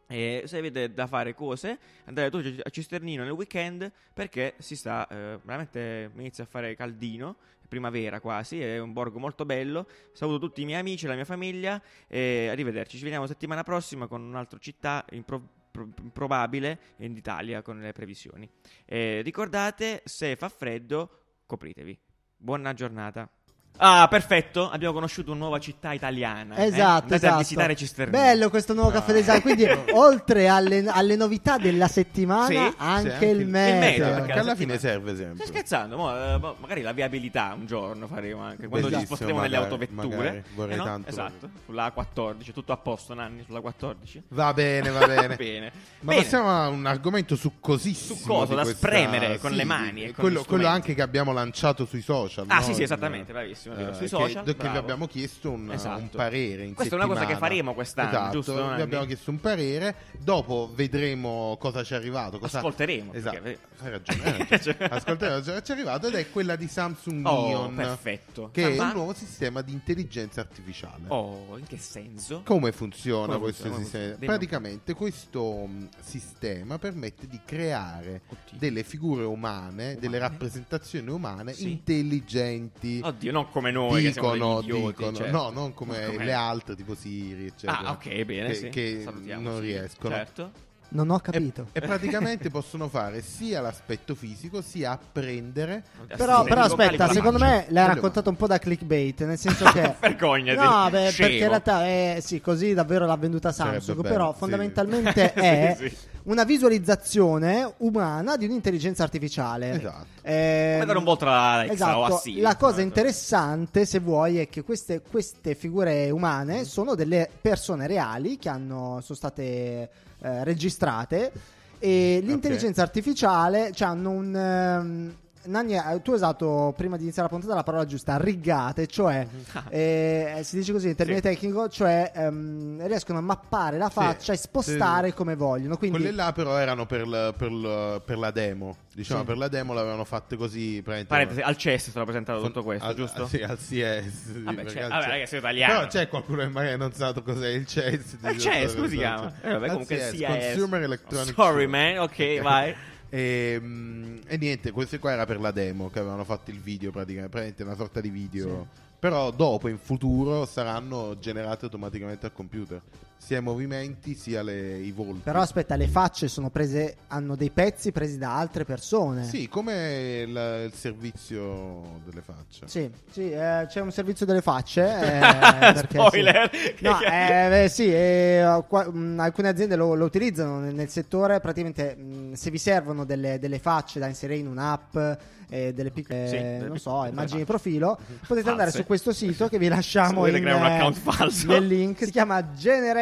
Speaker 2: E se avete da fare cose, andate tutti a Cisternino nel weekend perché si sta eh, veramente inizia a fare caldino, primavera quasi, è un borgo molto bello. Saluto tutti i miei amici, la mia famiglia e arrivederci. Ci vediamo settimana prossima con un'altra città impro- pro- improbabile in Italia con le previsioni. E ricordate, se fa freddo, copritevi. Buona giornata. Ah, perfetto, abbiamo conosciuto una nuova città italiana. eh.
Speaker 3: Esatto,
Speaker 2: Andate
Speaker 3: esatto.
Speaker 2: a visitare Cisternino.
Speaker 3: Bello questo nuovo caffè design. Quindi, oltre alle, alle novità della settimana,
Speaker 2: Sì, sì,
Speaker 3: anche,
Speaker 1: anche
Speaker 3: il
Speaker 1: il- il
Speaker 2: Eh,
Speaker 1: Eh,
Speaker 2: meteo,
Speaker 3: meteo.
Speaker 2: perché
Speaker 1: perché
Speaker 2: la
Speaker 1: alla
Speaker 2: settimana-
Speaker 1: fine serve
Speaker 2: Stai
Speaker 1: sempre.
Speaker 2: scherzando? Mo, eh, mo- magari la viabilità un giorno faremo anche quando ci
Speaker 1: Bellissimo,
Speaker 2: sposteremo nelle
Speaker 1: magari,
Speaker 2: autovetture.
Speaker 1: magari, vorrei
Speaker 2: Eh no?
Speaker 1: tanto.
Speaker 2: Esatto, sulla A14, tutto a posto, Nanni, sulla A14.
Speaker 1: Va bene, Eh, va bene.
Speaker 2: Bene.
Speaker 1: Ma
Speaker 2: Bene.
Speaker 1: passiamo a un argomento succosissimo.
Speaker 2: Succoso,
Speaker 1: di
Speaker 2: da
Speaker 1: questa-
Speaker 2: spremere con le mani e con gli
Speaker 1: quello, quello
Speaker 2: strumenti.
Speaker 1: anche che abbiamo lanciato sui social.
Speaker 2: Ah,
Speaker 1: no?
Speaker 2: sì, sì,
Speaker 1: Il-
Speaker 2: esattamente, bravissimo, è vero.
Speaker 1: eh,
Speaker 2: Sui
Speaker 1: che-
Speaker 2: social,
Speaker 1: Che, vi
Speaker 2: bravo.
Speaker 1: abbiamo chiesto un,
Speaker 2: Esatto.
Speaker 1: un parere. in
Speaker 2: Questa è una cosa che
Speaker 1: settimana.
Speaker 2: faremo quest'anno,
Speaker 1: Esatto,
Speaker 2: giusto, Nanni?
Speaker 1: Vi abbiamo chiesto un parere. Dopo vedremo cosa ci è arrivato. Cosa...
Speaker 2: Ascolteremo,
Speaker 1: Esatto.
Speaker 2: perché- Cioè,
Speaker 1: Hai ragione. Hai ragione. Ascolteremo cosa ci è arrivato ed è quella di Samsung
Speaker 2: Oh,
Speaker 1: Neon.
Speaker 2: perfetto.
Speaker 1: Che è
Speaker 2: Ma-
Speaker 1: un nuovo sistema di intelligenza artificiale.
Speaker 2: Oh, in che senso?
Speaker 1: Come funziona
Speaker 2: Come
Speaker 1: questo
Speaker 2: funziona, come
Speaker 1: sistema?
Speaker 2: funziona? Dimmi.
Speaker 1: Praticamente questo mh, sistema permette di creare
Speaker 2: Oddio.
Speaker 1: delle figure umane, delle rappresentazioni umane
Speaker 2: Sì.
Speaker 1: intelligenti.
Speaker 2: Oddio, non come noi che siamo
Speaker 1: dicono,
Speaker 2: degli idioti,
Speaker 1: dicono.
Speaker 2: certo.
Speaker 1: no, non come le altre tipo Siri, eccetera.
Speaker 2: Ah, ok, bene,
Speaker 1: che,
Speaker 2: sì.
Speaker 1: che
Speaker 2: Salutiamo,
Speaker 1: non
Speaker 2: sì.
Speaker 1: riescono.
Speaker 2: Certo.
Speaker 3: Non ho capito.
Speaker 1: E praticamente possono fare sia l'aspetto fisico sia apprendere.
Speaker 3: Però,
Speaker 2: Eh, Sì,
Speaker 3: però
Speaker 2: vocali con
Speaker 3: aspetta,
Speaker 2: la
Speaker 3: secondo
Speaker 2: faccia.
Speaker 3: me l'hai
Speaker 1: Quello-
Speaker 3: raccontato un po' da clickbait, nel senso che...
Speaker 2: Vergognati.
Speaker 3: Cioè, No, beh,
Speaker 2: scemo. Certo,
Speaker 3: perché in realtà è sì, così davvero l'ha venduta
Speaker 1: Sarebbe
Speaker 3: Samsung,
Speaker 1: bello,
Speaker 3: però
Speaker 1: sì.
Speaker 3: fondamentalmente
Speaker 2: Sì,
Speaker 3: è
Speaker 2: sì.
Speaker 3: una visualizzazione umana di un'intelligenza artificiale.
Speaker 1: Esatto.
Speaker 3: Ehm,
Speaker 2: Come dare un volto alla Alexa
Speaker 3: esatto.
Speaker 2: o a Siri,
Speaker 3: La cosa
Speaker 2: insomma.
Speaker 3: interessante, se vuoi, è che queste, queste figure
Speaker 1: Mm.
Speaker 3: umane sono delle persone reali che hanno- sono state eh, registrate
Speaker 1: Mm,
Speaker 3: e l'intelligenza artificiale cioè, hanno un... ehm, Nanni, eh, tu hai usato prima di iniziare la puntata la parola giusta, riggate, cioè
Speaker 1: Ah.
Speaker 3: eh, si dice così in termini
Speaker 2: Sì.
Speaker 3: tecnico, cioè ehm, riescono a mappare la faccia e
Speaker 1: sì.
Speaker 3: cioè, spostare come vogliono. Quindi
Speaker 1: Quelle là però erano per, l- per l- per la demo. Diciamo,
Speaker 3: Sì.
Speaker 1: per la demo l'avevano fatte così. praticamente-
Speaker 2: Parentesi, al CES è stato presentato tutto questo,
Speaker 1: al-
Speaker 2: giusto?
Speaker 1: Sì, al CS. sì,
Speaker 2: Vabbè,
Speaker 1: perché
Speaker 2: cioè,
Speaker 1: al
Speaker 2: vabbè,
Speaker 1: CS.
Speaker 2: ragazzi, sono italiano.
Speaker 1: Però c'è qualcuno che magari non sa cos'è il CS.
Speaker 2: Il Eh, CES,
Speaker 3: esatto.
Speaker 2: come si chiama? Eh, vabbè,
Speaker 1: Al
Speaker 2: comunque
Speaker 1: CS,
Speaker 2: CIS.
Speaker 1: Consumer Electronic
Speaker 2: Sorry,
Speaker 1: Show.
Speaker 2: man, ok, vai.
Speaker 3: Eh,
Speaker 1: E, mm, e niente, questo qua era per la demo che avevano fatto il video praticamente, praticamente una sorta di video. Però dopo, in futuro, saranno generati automaticamente al computer. Sia i movimenti, sia le- i volti.
Speaker 3: Però aspetta, le facce sono prese, hanno dei pezzi presi da altre persone.
Speaker 1: Sì, come il, il servizio delle facce.
Speaker 3: Sì, sì, eh, c'è un servizio delle facce. eh, perché sì.
Speaker 2: Spoiler.
Speaker 3: No, eh, beh, sì, eh, qua- mh, alcune aziende lo, lo utilizzano nel, nel settore. Praticamente, mh, se vi servono delle, delle facce da inserire in un'app, eh, delle piccole,
Speaker 2: Sì, delle
Speaker 3: non
Speaker 2: pic-
Speaker 3: so,
Speaker 2: delle
Speaker 3: immagini
Speaker 2: facce.
Speaker 3: di profilo, potete
Speaker 2: False.
Speaker 3: andare su questo sito che vi
Speaker 2: Se
Speaker 3: lasciamo
Speaker 2: volete
Speaker 3: in,
Speaker 2: creare un
Speaker 3: eh,
Speaker 2: account falso.
Speaker 3: nel link. Si chiama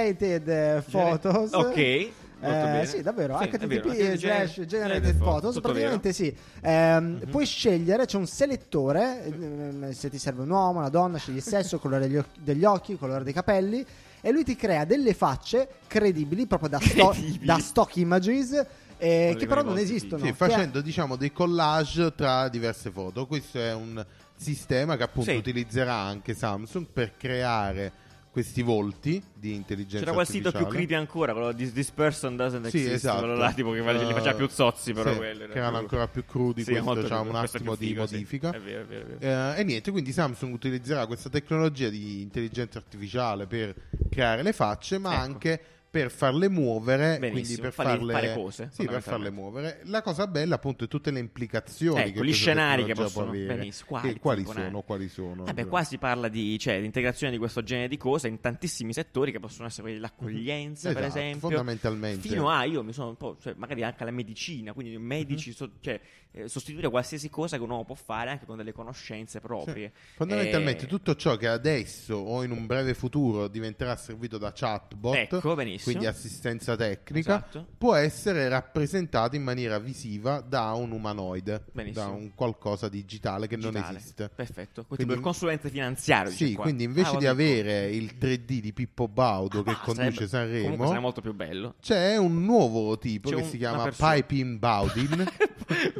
Speaker 3: Generated Photos.
Speaker 2: Ok. Molto
Speaker 3: Eh,
Speaker 2: bene.
Speaker 3: sì, davvero,
Speaker 2: Sì, è vero,
Speaker 3: http slash
Speaker 2: generated
Speaker 3: generated photos,
Speaker 2: tutto Mhm.
Speaker 3: praticamente sì, ehm, puoi scegliere, c'è un selettore, ehm, se ti serve un uomo, una donna, scegli il sesso, il colore degli, occhi- degli occhi, il colore dei capelli e lui ti crea delle facce credibili proprio da, sto-
Speaker 2: Credibili.
Speaker 3: da stock images eh,
Speaker 2: Con
Speaker 3: che
Speaker 2: le
Speaker 3: però
Speaker 2: coinvolte,
Speaker 3: non
Speaker 2: sì.
Speaker 3: esistono.
Speaker 1: Sì,
Speaker 3: Cioè,
Speaker 1: facendo diciamo dei collage tra diverse foto. Questo è un sistema che appunto
Speaker 2: Sì.
Speaker 1: utilizzerà anche Samsung per creare questi volti di intelligenza
Speaker 2: C'era quel sito più
Speaker 1: artificiale.
Speaker 2: critico ancora, quello di This Person Doesn't
Speaker 1: diciamo, Sì,
Speaker 2: Exist.
Speaker 1: esatto.
Speaker 2: Quello là, tipo, che
Speaker 1: Eh,
Speaker 2: li faceva più zozzi, però
Speaker 1: sì,
Speaker 2: quello.
Speaker 1: che erano ancora più crudi,
Speaker 2: Sì,
Speaker 1: questo
Speaker 2: molto
Speaker 1: c'ha
Speaker 2: più-
Speaker 1: un
Speaker 2: questo è più
Speaker 1: attimo di
Speaker 2: figo, sì.
Speaker 1: modifica.
Speaker 2: È vero, è vero, è vero.
Speaker 1: Eh, e niente, quindi Samsung utilizzerà questa tecnologia di intelligenza artificiale per creare le facce, ma
Speaker 2: Ecco.
Speaker 1: anche per farle muovere,
Speaker 2: Benissimo,
Speaker 1: quindi per
Speaker 2: fargli
Speaker 1: farle,
Speaker 2: fare cose,
Speaker 1: sì, per farle
Speaker 2: fondamentalmente.
Speaker 1: muovere. La cosa bella, appunto, è tutte le implicazioni
Speaker 2: Ecco,
Speaker 1: che
Speaker 2: gli
Speaker 1: questa
Speaker 2: scenari che
Speaker 1: tecnologia
Speaker 2: possono-
Speaker 1: può avere.
Speaker 2: benissimo, quali,
Speaker 1: Che- quali
Speaker 2: tipo,
Speaker 1: sono,
Speaker 2: Nanni?
Speaker 1: quali sono.
Speaker 2: Vabbè, qua si parla di, cioè, di integrazione di questo genere di cose in tantissimi settori che possono essere quelli dell'accoglienza, per
Speaker 1: Esatto,
Speaker 2: esempio.
Speaker 1: fondamentalmente.
Speaker 2: Fino a io mi sono un po', cioè, magari anche alla medicina, quindi medici,
Speaker 1: Mhm.
Speaker 2: so- cioè, eh, sostituire qualsiasi cosa che un uomo può fare anche con delle conoscenze proprie.
Speaker 1: Fondamentalmente
Speaker 2: Eh,
Speaker 1: tutto ciò che adesso o in un breve futuro diventerà servito da chatbot,
Speaker 2: Ecco, benissimo.
Speaker 1: quindi assistenza tecnica,
Speaker 2: Esatto.
Speaker 1: può essere rappresentato in maniera visiva da un umanoide,
Speaker 2: Benissimo.
Speaker 1: da un qualcosa digitale che non
Speaker 2: digitale.
Speaker 1: esiste.
Speaker 2: Perfetto. Quindi,
Speaker 1: Quindi-
Speaker 2: il consulente finanziario. dice
Speaker 1: Sì,
Speaker 2: qua.
Speaker 1: quindi invece
Speaker 2: Ah, vabbè.
Speaker 1: di avere il 3D di Pippo Baudo che
Speaker 2: Ah, sarebbe- Comunque
Speaker 1: conduce
Speaker 2: sarebbe
Speaker 1: Sanremo,
Speaker 2: molto più bello.
Speaker 1: c'è un nuovo tipo
Speaker 2: C'è
Speaker 1: che
Speaker 2: un-
Speaker 1: si
Speaker 2: una
Speaker 1: chiama
Speaker 2: persona-
Speaker 1: Piping Baudin,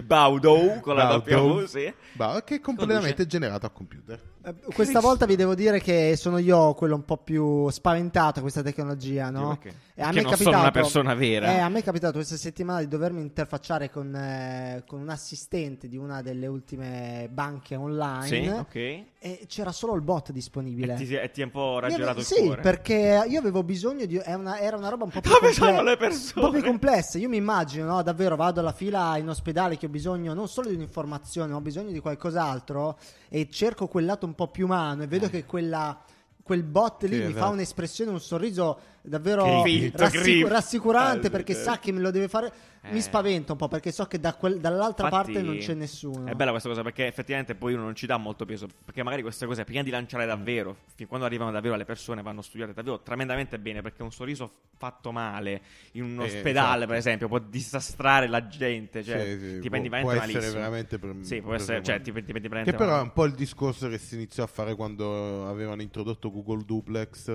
Speaker 2: Baudo con la doppia
Speaker 1: Baudo,
Speaker 2: U, sì.
Speaker 1: Ba- che è completamente generato a computer.
Speaker 3: eh, questa volta vi devo dire che sono io quello un po' più spaventato a questa tecnologia, no?
Speaker 2: Perché?
Speaker 3: Eh, a
Speaker 2: che
Speaker 3: me è
Speaker 2: non sono
Speaker 3: capitato-
Speaker 2: una persona vera.
Speaker 3: Eh, a me è capitato questa settimana di dovermi interfacciare con, eh, con un assistente di una delle ultime banche online.
Speaker 2: sì, ok.
Speaker 3: E c'era solo il bot
Speaker 2: E
Speaker 3: disponibile.
Speaker 2: ti, e ti è un po'
Speaker 3: Io
Speaker 2: raggirato
Speaker 3: ave-
Speaker 2: il
Speaker 3: sì,
Speaker 2: cuore.
Speaker 3: perché io avevo bisogno di. è una- era una roba un po' più
Speaker 2: Dove sono
Speaker 3: comple-
Speaker 2: le persone?
Speaker 3: Un po' più complessa. Io mi immagino, no, davvero vado alla fila in ospedale che ho bisogno non solo di un'informazione, ho bisogno di qualcos'altro e cerco quel lato un po' più umano e
Speaker 2: Eh.
Speaker 3: vedo che quella- Quel bot lì
Speaker 1: Sì,
Speaker 3: mi fa
Speaker 1: esatto.
Speaker 3: un'espressione, un sorriso davvero
Speaker 2: Che finto,
Speaker 3: rassicu-
Speaker 2: grif-
Speaker 3: rassicurante
Speaker 2: Ah,
Speaker 3: perché
Speaker 2: certo.
Speaker 3: sa che me lo deve fare. Mi
Speaker 2: Eh.
Speaker 3: spaventa un po' perché so che da quel- dall'altra
Speaker 2: Infatti,
Speaker 3: parte non c'è nessuno.
Speaker 2: È bella questa cosa perché effettivamente poi uno non ci dà molto peso. Perché magari queste cose prima di lanciare davvero, fin quando arrivano davvero alle persone, vanno studiate davvero tremendamente bene. Perché un sorriso fatto male in un
Speaker 1: Eh,
Speaker 2: ospedale,
Speaker 1: esatto.
Speaker 2: per esempio, può disastrare la gente. Cioè,
Speaker 1: Sì, sì,
Speaker 2: ti
Speaker 1: può-
Speaker 2: prendi veramente
Speaker 1: può essere
Speaker 2: malissimo.
Speaker 1: veramente pre-
Speaker 2: Sì, può essere,
Speaker 1: preso
Speaker 2: cioè,
Speaker 1: male.
Speaker 2: ti prendi ti prendi veramente
Speaker 1: Che però è
Speaker 2: male.
Speaker 1: un po' il discorso che si iniziò a fare quando avevano introdotto Google Duplex,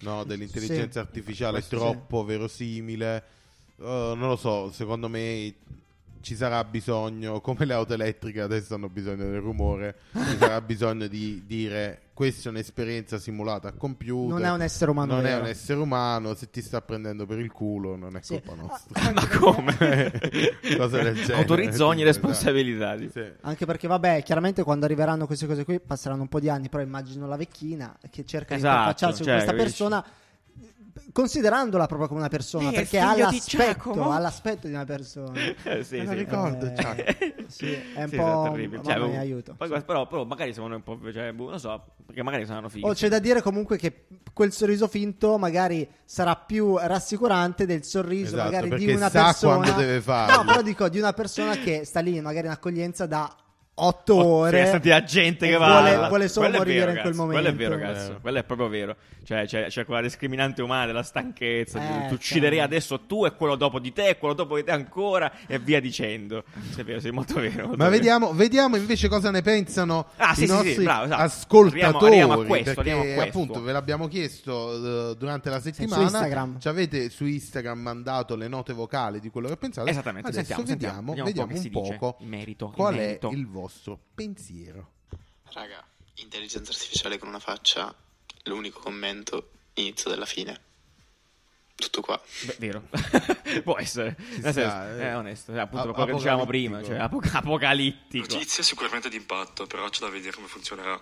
Speaker 1: no, dell'intelligenza
Speaker 3: Sì.
Speaker 1: artificiale
Speaker 3: Questo sì.
Speaker 1: troppo verosimile. Eh, non lo so, secondo me ci sarà bisogno, come le auto elettriche adesso hanno bisogno del rumore, ci sarà bisogno di dire questa è un'esperienza simulata a computer.
Speaker 3: Non è un essere umano
Speaker 1: Non è
Speaker 3: vero.
Speaker 1: un essere umano, se ti sta prendendo per il culo non è
Speaker 3: Sì.
Speaker 1: colpa nostra.
Speaker 3: Ah,
Speaker 2: Ma come?
Speaker 1: Cose del genere.
Speaker 2: Autorizzo ogni
Speaker 1: Esatto.
Speaker 2: responsabilità. tipo.
Speaker 1: Sì.
Speaker 3: Anche perché, vabbè, chiaramente quando arriveranno queste cose qui passeranno un po' di anni, però immagino la vecchina che cerca
Speaker 2: Esatto,
Speaker 3: di interfacciarsi
Speaker 2: cioè,
Speaker 3: con questa
Speaker 2: capisci?
Speaker 3: persona, considerandola proprio come una persona,
Speaker 2: Lei è
Speaker 3: perché
Speaker 2: il
Speaker 3: ha
Speaker 2: Eh, figlio di
Speaker 3: l'aspetto,
Speaker 2: Giacomo?
Speaker 3: ha l'aspetto di una persona.
Speaker 2: Eh, sì,
Speaker 1: Me lo
Speaker 2: sì.
Speaker 1: ricordo,
Speaker 3: Eh,
Speaker 1: ciao.
Speaker 3: sì, è un
Speaker 2: Sì, esatto,
Speaker 3: po'
Speaker 2: terribile.
Speaker 3: mamma
Speaker 2: Cioè,
Speaker 3: mia,
Speaker 2: boh,
Speaker 3: aiuto.
Speaker 2: poi guarda, però, però magari sono un po'. Cioè, boh, non so, perché magari sono figli.
Speaker 3: O c'è da dire comunque che quel sorriso finto magari sarà più rassicurante del sorriso
Speaker 1: Esatto,
Speaker 3: magari di
Speaker 1: perché
Speaker 3: una
Speaker 1: sa
Speaker 3: persona
Speaker 1: quando deve farlo.
Speaker 3: No, però dico di una persona che sta lì magari in accoglienza da otto
Speaker 2: Oh,
Speaker 3: ore.
Speaker 2: sì, senti la gente
Speaker 3: e
Speaker 2: che va
Speaker 3: vuole, vuole solo
Speaker 2: Quello è
Speaker 3: morire
Speaker 2: vero,
Speaker 3: in quel
Speaker 2: cazzo,
Speaker 3: momento.
Speaker 2: quello è vero cazzo
Speaker 1: Vero.
Speaker 2: quello è proprio vero cioè c'è, c'è quella discriminante umana della stanchezza
Speaker 3: Eh,
Speaker 2: di-
Speaker 3: cioè.
Speaker 2: ti ucciderei adesso tu e quello dopo di te e quello dopo di te ancora e via dicendo sì, è vero sì è molto vero molto
Speaker 1: Ma
Speaker 2: vero.
Speaker 1: vediamo, vediamo invece cosa ne pensano
Speaker 2: Ah,
Speaker 1: i
Speaker 2: sì, sì, sì,
Speaker 1: nostri
Speaker 2: bravo, esatto.
Speaker 1: ascoltatori.
Speaker 2: Arriviamo- arriviamo a questo,
Speaker 1: perché
Speaker 2: arriviamo a questo.
Speaker 1: appunto ve l'abbiamo chiesto eh, durante la settimana.
Speaker 3: su Instagram.
Speaker 1: Ci avete su Instagram mandato le note vocali di quello che pensate.
Speaker 2: Esattamente,
Speaker 1: Adesso
Speaker 2: sentiamo,
Speaker 1: vediamo,
Speaker 2: sentiamo,
Speaker 1: vediamo
Speaker 2: vediamo un po' che si
Speaker 1: un poco
Speaker 2: dice in merito, in
Speaker 1: qual
Speaker 2: merito.
Speaker 1: è il vostro pensiero.
Speaker 4: Raga, intelligenza artificiale con una faccia, l'unico commento, inizio della fine. Tutto qua.
Speaker 2: Beh, vero può essere Nel
Speaker 1: sta,
Speaker 2: senso,
Speaker 1: eh.
Speaker 2: è onesto cioè, appunto
Speaker 1: A-
Speaker 2: quello che dicevamo
Speaker 1: apocalittico.
Speaker 2: prima cioè apoca- apocalittico
Speaker 5: Notizia sicuramente d'impatto, però c'è da vedere come funzionerà.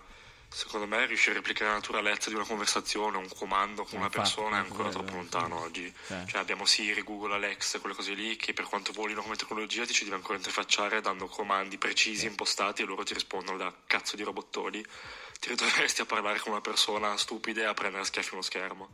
Speaker 5: Secondo me riuscire a replicare la naturalezza di una conversazione, un comando con una
Speaker 2: Infatti,
Speaker 5: persona è
Speaker 1: Eh.
Speaker 5: ancora
Speaker 2: quello,
Speaker 5: troppo lontano
Speaker 2: sì.
Speaker 5: oggi.
Speaker 2: Sì.
Speaker 5: Cioè abbiamo Siri, Google, Alexa, quelle cose lì che per quanto volino come tecnologia ti ci devi ancora interfacciare dando comandi precisi, impostati e loro ti rispondono da cazzo di robottoni. Ti ritroveresti a parlare con una persona stupida e a prendere a schiaffi uno schermo.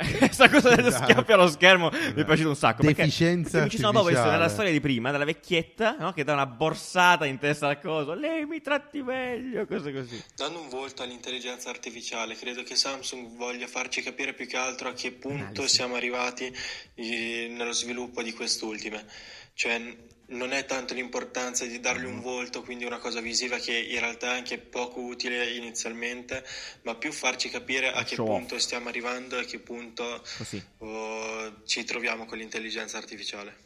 Speaker 5: Cioè.
Speaker 2: Questa cosa dello
Speaker 1: Esatto.
Speaker 2: schiaffio allo schermo mi
Speaker 1: Esatto.
Speaker 2: è piaciuta un sacco. perché-
Speaker 1: Deficienza
Speaker 2: perché mi ci sono proprio visto
Speaker 1: artificiale.
Speaker 2: nella storia di prima, della vecchietta no? che dà una borsata in testa al coso. Lei mi tratti meglio, cose così.
Speaker 6: Dando un volto all'intelligenza artificiale, credo che Samsung voglia farci capire più che altro a che punto
Speaker 2: Analisi.
Speaker 6: siamo arrivati eh, nello sviluppo di quest'ultime. Cioè, n- non è tanto l'importanza di dargli un volto, quindi una cosa visiva che in realtà è anche poco utile inizialmente, ma più farci capire a che
Speaker 2: Show off.
Speaker 6: punto stiamo arrivando e a che punto
Speaker 2: Così.
Speaker 6: oh, ci troviamo con l'intelligenza artificiale.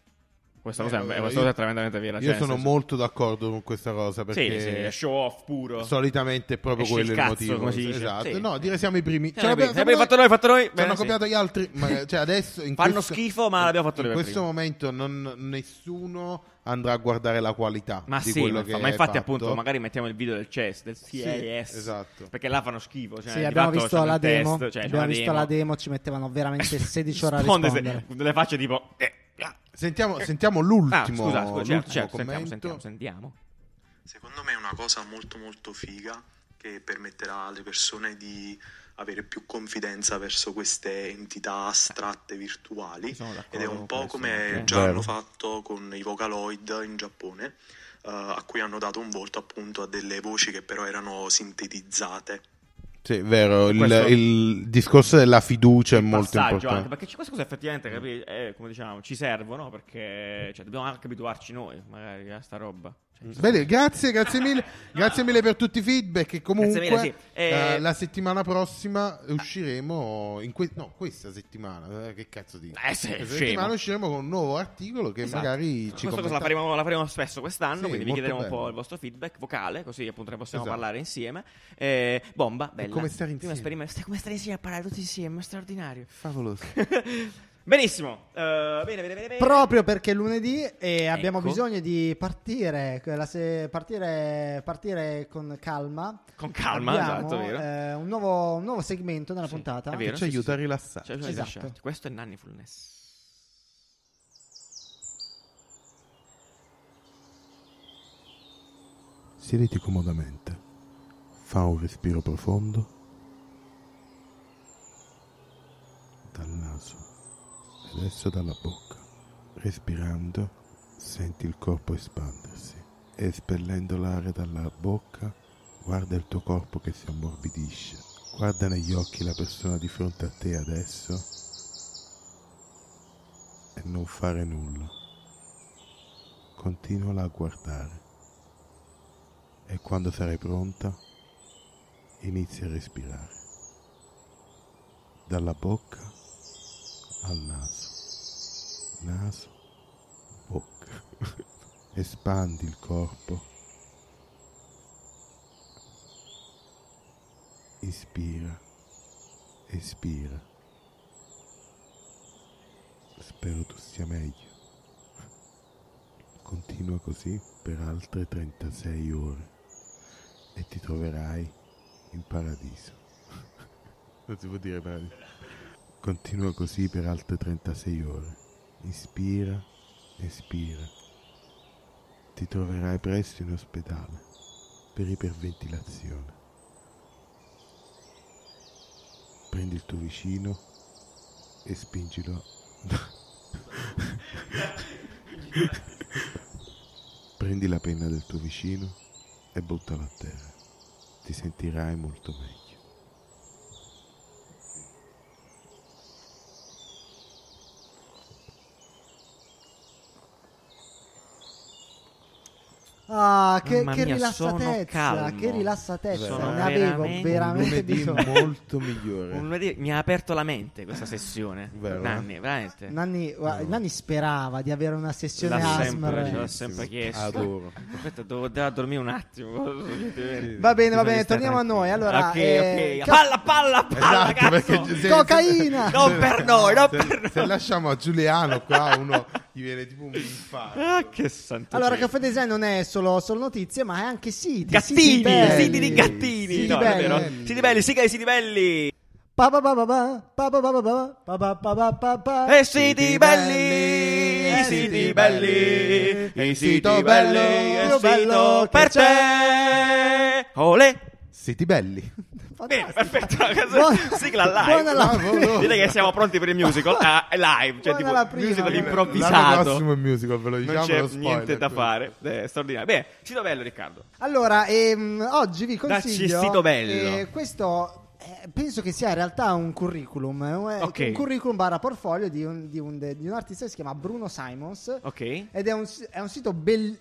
Speaker 2: Questa
Speaker 1: Eh,
Speaker 2: cosa, è-
Speaker 1: vabbè,
Speaker 2: questa
Speaker 1: io-
Speaker 2: cosa è tremendamente vera. cioè,
Speaker 1: Io sono molto d'accordo con questa cosa
Speaker 2: Sì, sì,
Speaker 1: perché
Speaker 2: è show off puro.
Speaker 1: solitamente è proprio
Speaker 2: Esce
Speaker 1: quello
Speaker 2: il
Speaker 1: il
Speaker 2: cazzo,
Speaker 1: motivo.
Speaker 2: come si dice.
Speaker 1: Esatto.
Speaker 2: Sì.
Speaker 1: No, dire siamo i primi.
Speaker 2: Sì,
Speaker 1: Ce l'abbiamo-
Speaker 2: l'abbiamo- l'abbiamo fatto noi, fatto noi.
Speaker 1: Ci
Speaker 2: Bene,
Speaker 1: hanno
Speaker 2: sì.
Speaker 1: copiato gli altri, ma cioè adesso in
Speaker 2: Fanno
Speaker 1: questo-
Speaker 2: schifo, ma l'abbiamo fatto
Speaker 1: In
Speaker 2: noi per
Speaker 1: questo
Speaker 2: primo.
Speaker 1: momento non, nessuno andrà a guardare la qualità
Speaker 2: Ma
Speaker 1: di
Speaker 2: sì,
Speaker 1: quello
Speaker 2: ma,
Speaker 1: che
Speaker 2: fa- ma
Speaker 1: è
Speaker 2: infatti,
Speaker 1: fatto.
Speaker 2: appunto, magari mettiamo il video del CES, del CES.
Speaker 1: esatto.
Speaker 2: Perché là fanno schifo. Cioè,
Speaker 3: Sì,
Speaker 2: di
Speaker 3: abbiamo
Speaker 2: fatto
Speaker 3: visto
Speaker 2: c'hanno il
Speaker 3: la demo.
Speaker 2: testo, cioè,
Speaker 3: abbiamo
Speaker 2: c'è una
Speaker 3: visto la demo, ci mettevano veramente 16 ore a
Speaker 2: Risponde se-
Speaker 3: rispondere.
Speaker 2: con delle facce tipo. eh, ah.
Speaker 1: Sentiamo, sentiamo l'ultimo,
Speaker 2: ah, scusa, scusa, certo,
Speaker 1: l'ultimo
Speaker 2: certo, sentiamo,
Speaker 1: commento.
Speaker 2: sentiamo, sentiamo.
Speaker 7: Secondo me è una cosa molto molto figa che permetterà alle persone di avere più confidenza verso queste entità astratte virtuali
Speaker 2: Sono
Speaker 7: ed è
Speaker 2: d'accordo
Speaker 7: un
Speaker 2: con
Speaker 7: po'
Speaker 2: questo, Eh,
Speaker 7: come
Speaker 2: ok.
Speaker 7: già
Speaker 1: Vero.
Speaker 7: hanno fatto con i Vocaloid in Giappone eh, a cui hanno dato un volto appunto a delle voci che però erano sintetizzate.
Speaker 1: Sì, vero, il,
Speaker 2: Questo-
Speaker 1: il discorso della fiducia è molto
Speaker 2: passaggio
Speaker 1: importante.
Speaker 2: anche, perché c- queste cose effettivamente capi- eh, come diciamo ci servono perché cioè, dobbiamo anche abituarci noi magari a sta roba Cioè, chissà-
Speaker 1: Bene, Mm. grazie, grazie mille, grazie mille per tutti i feedback. E comunque,
Speaker 2: Grazie mille, sì. Eh,
Speaker 1: eh, la settimana prossima usciremo, in que- no, questa settimana, eh, che cazzo di
Speaker 2: Eh, sì,
Speaker 1: questa
Speaker 2: scemo.
Speaker 1: settimana uscirimo con un nuovo articolo che
Speaker 2: Esatto.
Speaker 1: magari ci
Speaker 2: Questa cosa la
Speaker 1: commentate.
Speaker 2: faremo, la faremo spesso quest'anno
Speaker 1: Sì,
Speaker 2: quindi vi
Speaker 1: molto
Speaker 2: chiederemo un
Speaker 1: bello.
Speaker 2: po' il vostro feedback vocale così appunto ne possiamo
Speaker 1: Esatto.
Speaker 2: parlare insieme Eh, bomba bella
Speaker 1: come stare
Speaker 2: Primo
Speaker 1: insieme.
Speaker 2: esperimento- sta- come stare insieme a parlare tutti insieme straordinario
Speaker 1: Favoloso.
Speaker 2: Benissimo. Eh, bene, bene, bene, bene.
Speaker 3: Proprio perché è lunedì e abbiamo
Speaker 2: Ecco.
Speaker 3: bisogno di partire, quella se- partire, partire con calma.
Speaker 2: Con calma,
Speaker 3: Abbiamo,
Speaker 2: esatto, vero.
Speaker 3: eh, un, nuovo, un nuovo segmento nella
Speaker 2: Sì,
Speaker 3: puntata.
Speaker 2: è
Speaker 8: Che
Speaker 2: vero.
Speaker 8: ci
Speaker 2: sì,
Speaker 8: aiuta
Speaker 2: sì.
Speaker 8: a rilassare.
Speaker 2: Cioè, cioè,
Speaker 3: Esatto.
Speaker 2: lasciate. Questo è Nanny Fullness.
Speaker 8: Siediti comodamente, fa un respiro profondo dal naso e adesso dalla bocca. Respirando senti il corpo espandersi e espellendo l'aria dalla bocca guarda il tuo corpo che si ammorbidisce. Guarda negli occhi la persona di fronte a te adesso e non fare nulla. Continuala a guardare e quando sarai pronta inizia a respirare dalla bocca al naso, naso, bocca. Espandi il corpo. Ispira, espira. Spero tu stia meglio. Continua così per altre 36 ore e ti troverai in paradiso. non si può dire paradiso. Continua così per altre 36 ore. Ispira, espira. Ti troverai presto in ospedale per iperventilazione. Prendi il tuo vicino e spingilo. Prendi la penna del tuo vicino e buttala a terra. Ti sentirai molto meglio.
Speaker 3: Ah, che,
Speaker 2: Mamma
Speaker 3: che
Speaker 2: mia, sono
Speaker 3: rilassatezza,
Speaker 2: calmo.
Speaker 3: che rilassatezza,
Speaker 8: Sono
Speaker 3: ne avevo
Speaker 2: veramente-
Speaker 3: veramente
Speaker 8: Lunedì
Speaker 3: bisogno.
Speaker 8: molto migliore.
Speaker 2: Un lunedì mi ha aperto la mente questa sessione.
Speaker 8: Vero,
Speaker 2: Nanni, veramente.
Speaker 3: Nanni, guarda, Nanni sperava di avere una sessione
Speaker 2: L'ha
Speaker 3: ASMR.
Speaker 2: sempre, l'ha
Speaker 8: Bellissimo.
Speaker 2: sempre chiesto.
Speaker 8: Adoro.
Speaker 2: Aspetta, devo, devo dormire un attimo.
Speaker 3: Va bene, va
Speaker 2: Bisogna
Speaker 3: bene,
Speaker 2: stare
Speaker 3: torniamo a noi.
Speaker 2: tranquilli.
Speaker 3: Allora,
Speaker 2: Ok,
Speaker 3: eh,
Speaker 2: ok.
Speaker 3: ca-
Speaker 2: Palla, palla, palla,
Speaker 8: Esatto,
Speaker 2: cazzo.
Speaker 8: perché se-
Speaker 3: cocaina!
Speaker 2: Ah, Non per noi, non
Speaker 8: se,
Speaker 2: per noi.
Speaker 8: se lasciamo a Giuliano qua uno gli viene tipo un infarto.
Speaker 2: Ah, che santo.
Speaker 3: Allora,
Speaker 2: cielo.
Speaker 3: Caffè Design non è solo, solo notizie, ma è anche siti.
Speaker 2: Gattini,
Speaker 3: belli.
Speaker 2: siti di gattini.
Speaker 3: Siti
Speaker 2: no, è
Speaker 3: belli.
Speaker 2: vero. Siti belli, siga di siti belli.
Speaker 3: Pa pa pa pa pa, pa pa pa pa pa, pa pa pa pa pa. eh,
Speaker 2: E Eh, siti belli, i siti belli, i siti belli, il
Speaker 3: più bello
Speaker 2: sito per
Speaker 3: che
Speaker 2: te. Olè.
Speaker 8: Siti belli.
Speaker 2: Bene,
Speaker 3: Fantastico.
Speaker 2: perfetto.
Speaker 3: Buona-
Speaker 2: Sigla live.
Speaker 3: buona la-
Speaker 8: Bravo.
Speaker 2: Dite che siamo pronti per il musical ah, è live, cioè
Speaker 3: Buona
Speaker 2: tipo
Speaker 3: la prima,
Speaker 2: musical
Speaker 3: buona.
Speaker 8: L'anno
Speaker 2: improvvisato.
Speaker 8: prossimo è musical, ve lo diciamo.
Speaker 2: Non c'è
Speaker 8: lo spoiler,
Speaker 2: niente da
Speaker 8: quindi.
Speaker 2: fare, Eh, è straordinario. Beh, Cito Bello Riccardo.
Speaker 3: Allora, ehm, oggi vi
Speaker 2: Dacci
Speaker 3: consiglio
Speaker 2: il sito bello.
Speaker 3: eh, questo eh, penso che sia in realtà un curriculum, eh, un-
Speaker 2: Ok.
Speaker 3: un curriculum barra portfolio di un, di un- di un artista che si chiama Bruno Simons.
Speaker 2: Ok.
Speaker 3: Ed è un, si- è un sito bel-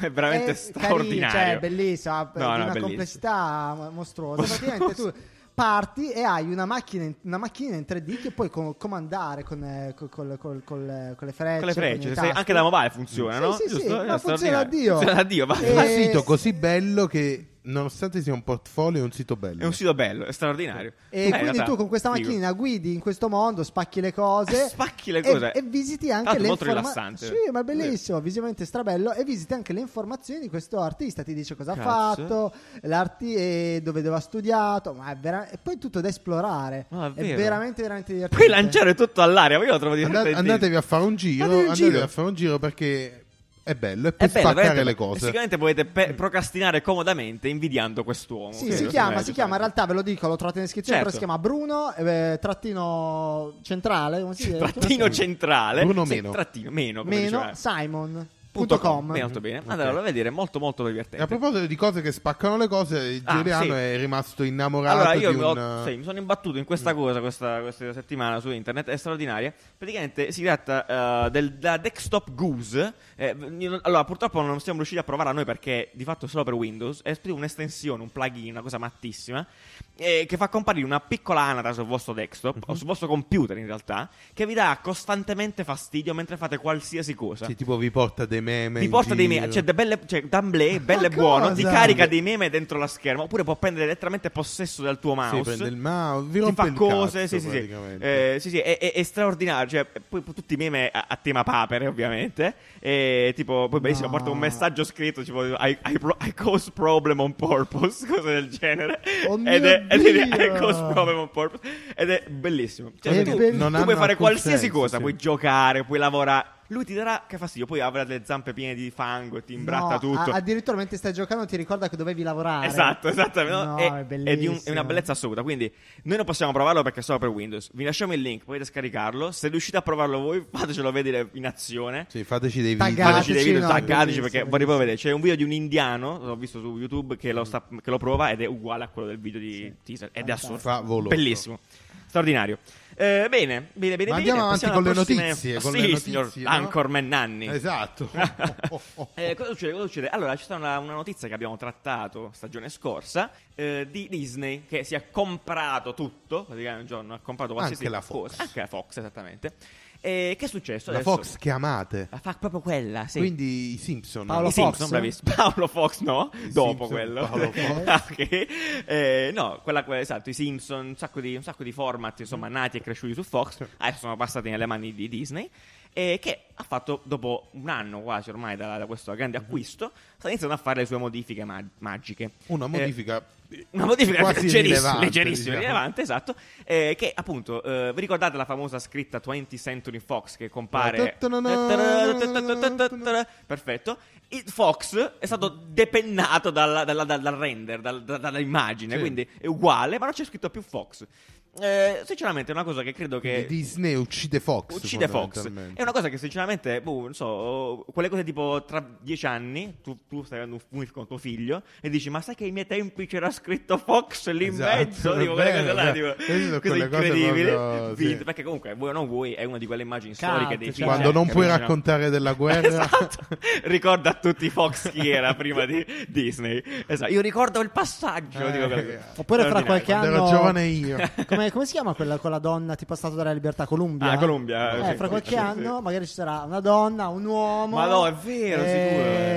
Speaker 2: È veramente
Speaker 3: è
Speaker 2: straordinario.
Speaker 3: Eh, carino, cioè, bellissimo, ha-
Speaker 2: No,
Speaker 3: di
Speaker 2: no,
Speaker 3: una
Speaker 2: bellissimo.
Speaker 3: complessità mo- mostruosa. Praticamente tu parti e hai una macchina in, una macchina in 3D che puoi co- comandare con, eh, col- col- col- col- con le frecce.
Speaker 2: Con le frecce,
Speaker 3: i
Speaker 2: se-
Speaker 3: tasti.
Speaker 2: anche da mobile funziona,
Speaker 3: Sì,
Speaker 2: no?
Speaker 3: sì, sì,
Speaker 2: Giusto?
Speaker 3: ma
Speaker 2: È straordinario.
Speaker 3: funziona a Dio.
Speaker 2: Funziona a Dio, va.
Speaker 8: È un
Speaker 3: Eh,
Speaker 8: sito così bello che, nonostante sia un portfolio, è un sito bello.
Speaker 2: È un sito bello, è straordinario.
Speaker 3: E
Speaker 2: Eh, in
Speaker 3: quindi
Speaker 2: realtà,
Speaker 3: tu con questa
Speaker 2: figo.
Speaker 3: macchina guidi in questo mondo, spacchi le cose.
Speaker 2: Spacchi le
Speaker 3: e-
Speaker 2: cose.
Speaker 3: E, visiti anche
Speaker 2: Tanto
Speaker 3: le
Speaker 2: molto
Speaker 3: informa-
Speaker 2: rilassante.
Speaker 3: Sì, ma è bellissimo, visivamente strabello. E visiti anche le informazioni di questo artista. Ti dice cosa ha
Speaker 2: Cazzo.
Speaker 3: fatto, l'arti- e dove dove ha studiato. Ma è vera- e poi tutto da esplorare.
Speaker 2: Ma è
Speaker 3: è,
Speaker 2: vero.
Speaker 3: veramente, veramente divertente.
Speaker 2: Puoi lanciare tutto all'aria, ma io lo trovo
Speaker 8: Anda-
Speaker 2: divertente.
Speaker 8: andatevi a fare un giro,
Speaker 3: Fatevi un
Speaker 8: andatevi
Speaker 3: giro.
Speaker 8: a fare un giro perché è bello e
Speaker 2: È
Speaker 8: puoi
Speaker 2: bello,
Speaker 8: spaccare
Speaker 2: veramente-
Speaker 8: le
Speaker 2: e
Speaker 8: cose.
Speaker 2: Sicuramente potete pe- procrastinare comodamente invidiando quest'uomo.
Speaker 3: Sì,
Speaker 2: Vero,
Speaker 3: si
Speaker 2: sì,
Speaker 3: chiama,
Speaker 2: vero,
Speaker 3: si chiama, in realtà ve lo dico, l'ho trovato in descrizione,
Speaker 2: eh, Certo.
Speaker 3: però si chiama Bruno, eh, trattino centrale, come si dice?
Speaker 2: trattino centrale
Speaker 8: Bruno
Speaker 2: sì,
Speaker 8: meno.
Speaker 2: trattino meno come
Speaker 3: meno
Speaker 2: diceva. Punto
Speaker 3: simon.com.
Speaker 2: com. Bene, molto bene
Speaker 8: Ok.
Speaker 2: andatelo a vedere molto molto divertente
Speaker 8: E a proposito di cose che spaccano le cose,
Speaker 2: Ah,
Speaker 8: Giuliano
Speaker 2: sì.
Speaker 8: è rimasto innamorato
Speaker 2: allora io
Speaker 8: di
Speaker 2: mi,
Speaker 8: un... mm.
Speaker 2: ho- sì, mi sono imbattuto in questa cosa questa, questa settimana su internet è straordinaria praticamente si tratta eh, del, della desktop goose Eh, io- allora purtroppo non siamo riusciti a provare a noi perché di fatto è solo per Windows è proprio un'estensione un plugin una cosa mattissima eh, che fa comparire una piccola anatra sul vostro desktop
Speaker 8: Mhm.
Speaker 2: o sul vostro computer in realtà che vi dà costantemente fastidio mentre fate qualsiasi cosa
Speaker 8: Sì, tipo vi porta dei
Speaker 1: meme.
Speaker 2: Ti
Speaker 1: in
Speaker 2: esatto. porta dei meme,
Speaker 1: giro.
Speaker 2: cioè, da belle, cioè Dumblé, bello e
Speaker 3: Ma
Speaker 2: buono,
Speaker 3: cosa?
Speaker 2: ti carica dei meme dentro la scherma, oppure può prendere letteralmente possesso del tuo mouse.
Speaker 1: Sì, prende il mouse, vi
Speaker 2: ti
Speaker 1: rompe
Speaker 2: fa
Speaker 1: il
Speaker 2: cose,
Speaker 1: cazzo,
Speaker 2: sì, sì, sì.
Speaker 1: praticamente.
Speaker 2: Eh, sì, sì, è, è- è straordinario, cioè, poi, poi tutti i meme a, a tema papere, ovviamente, e tipo, poi benissimo,
Speaker 3: No.
Speaker 2: porta un messaggio scritto, tipo, I, I pro- I cause problem on purpose, cose del genere,
Speaker 3: Oh mio
Speaker 2: ed, è, ed è-
Speaker 3: Dio!
Speaker 2: I cause problem on purpose, ed è bellissimo,
Speaker 3: È
Speaker 2: cioè, tu,
Speaker 3: bellissimo.
Speaker 2: tu
Speaker 1: Non hanno
Speaker 2: puoi fare
Speaker 1: alcun
Speaker 2: qualsiasi
Speaker 1: senso,
Speaker 2: cosa,
Speaker 1: sì.
Speaker 2: puoi giocare, puoi lavorare, lui ti darà, che fastidio, poi avrà le zampe piene di fango e ti imbratta
Speaker 3: No,
Speaker 2: tutto.
Speaker 3: a- addirittura mentre stai giocando ti ricorda che dovevi lavorare.
Speaker 2: Esatto, esatto. no?
Speaker 3: No, è
Speaker 2: è, è di un- è
Speaker 3: bellissimo.
Speaker 2: una bellezza assoluta. Quindi, noi non possiamo provarlo perché è solo per Windows. Vi lasciamo il link, potete scaricarlo. Se riuscite a provarlo voi, fatecelo vedere in azione.
Speaker 1: Sì, fateci dei video.
Speaker 3: Taggateci,
Speaker 2: Fateci dei video,
Speaker 3: no,
Speaker 2: taggateci
Speaker 3: bellissimo,
Speaker 2: perché vorrei
Speaker 3: bellissimo.
Speaker 2: proprio vedere. C'è un video di un indiano, l'ho visto su YouTube, che
Speaker 1: Mm.
Speaker 2: lo, sta- che lo prova ed è uguale a quello del video di teaser. Ed è assurdo.
Speaker 1: Favoloso.
Speaker 2: Bellissimo. Straordinario. Eh, bene, bene, bene. bene.
Speaker 1: Ma andiamo avanti
Speaker 2: Passiamo
Speaker 1: con
Speaker 2: alle
Speaker 1: le
Speaker 2: prossime-
Speaker 1: notizie. Con
Speaker 2: sì,
Speaker 1: le
Speaker 2: signor Eh,
Speaker 1: notizie, no?
Speaker 2: Anchorman Nanni.
Speaker 1: Esatto. Oh, oh, oh.
Speaker 2: Eh, cosa succede? Cosa succede? Allora, c'è stata una, una notizia che abbiamo trattato stagione scorsa eh, di Disney che si è comprato tutto, praticamente un giorno ha comprato qualsiasi
Speaker 1: Anche la Fox.
Speaker 2: cosa, anche la Fox esattamente. E che è successo?
Speaker 1: La
Speaker 2: adesso?
Speaker 1: Fox che amate.
Speaker 2: la fa proprio quella, sì.
Speaker 1: Quindi i Simpson.
Speaker 3: Paolo
Speaker 2: I
Speaker 3: Fox.
Speaker 2: Simpson, Eh, bravissimo. Paolo Fox, no? Dopo
Speaker 1: Simpson,
Speaker 2: quello.
Speaker 1: Paolo
Speaker 3: Fox.
Speaker 2: Ok. Eh, no, quella, quella- esatto, i Simpson, un sacco, di, un sacco di format, insomma,
Speaker 1: Mm.
Speaker 2: nati e cresciuti su Fox, adesso sono passati nelle mani di Disney, e che ha fatto, dopo un anno quasi ormai da, da questo grande
Speaker 1: Mm-hmm.
Speaker 2: acquisto, sta iniziando a fare le sue modifiche ma- magiche.
Speaker 1: Una
Speaker 2: Eh,
Speaker 1: modifica.
Speaker 2: una modifica
Speaker 1: quasi
Speaker 2: leggerissima,
Speaker 1: rilevante,
Speaker 2: leggerissima,
Speaker 1: diciamo.
Speaker 2: rilevante, esatto. eh, che appunto, eh, vi ricordate la famosa scritta 20th Century Fox che compare. Perfetto. Il Fox è stato depennato dalla- dalla- dal, dal render, dal- da- dall'immagine,
Speaker 1: Sì.
Speaker 2: quindi è uguale, però c'è scritto più Fox. Eh, sinceramente, è una cosa che credo che.
Speaker 1: Disney uccide Fox.
Speaker 2: Uccide Fox.
Speaker 1: fondamentalmente.
Speaker 2: È una cosa che sinceramente, boh, non so, oh, quelle cose tipo tra dieci anni, tu, tu stai avendo un film con tuo figlio e dici ma sai che ai miei tempi c'era scritto Fox lì
Speaker 1: Esatto,
Speaker 2: in mezzo,
Speaker 1: è
Speaker 2: tipo quelle
Speaker 1: vero,
Speaker 2: cose là,
Speaker 1: cioè,
Speaker 2: tipo,
Speaker 1: queste sono
Speaker 2: cose
Speaker 1: quelle cose
Speaker 2: incredibili.
Speaker 1: proprio, sì. Esatto,
Speaker 2: Film, Perché comunque, vuoi o non vuoi, è una di quelle immagini
Speaker 3: Cazzo,
Speaker 2: storiche dei
Speaker 3: cioè.
Speaker 2: film.
Speaker 1: Quando
Speaker 2: eh,
Speaker 1: non puoi
Speaker 2: capito, no?
Speaker 1: raccontare della guerra.
Speaker 2: Esatto. Ricorda a tutti Fox chi era prima di Disney. Esatto. Io ricordo il passaggio.
Speaker 1: Eh,
Speaker 2: dico quelle-
Speaker 3: Oppure fra
Speaker 2: Straordinario.
Speaker 3: qualche
Speaker 1: Quando ero
Speaker 3: anno-
Speaker 1: giovane io.
Speaker 3: Come, come si chiama quella, quella donna tipo Stato della Libertà? Columbia?
Speaker 2: Ah,
Speaker 3: Eh,
Speaker 2: Columbia, eh, sì,
Speaker 3: fra
Speaker 2: sì,
Speaker 3: qualche
Speaker 2: sì,
Speaker 3: anno magari ci sarà una donna, un uomo. Eh,
Speaker 2: Ma no, è vero,
Speaker 1: sicuro,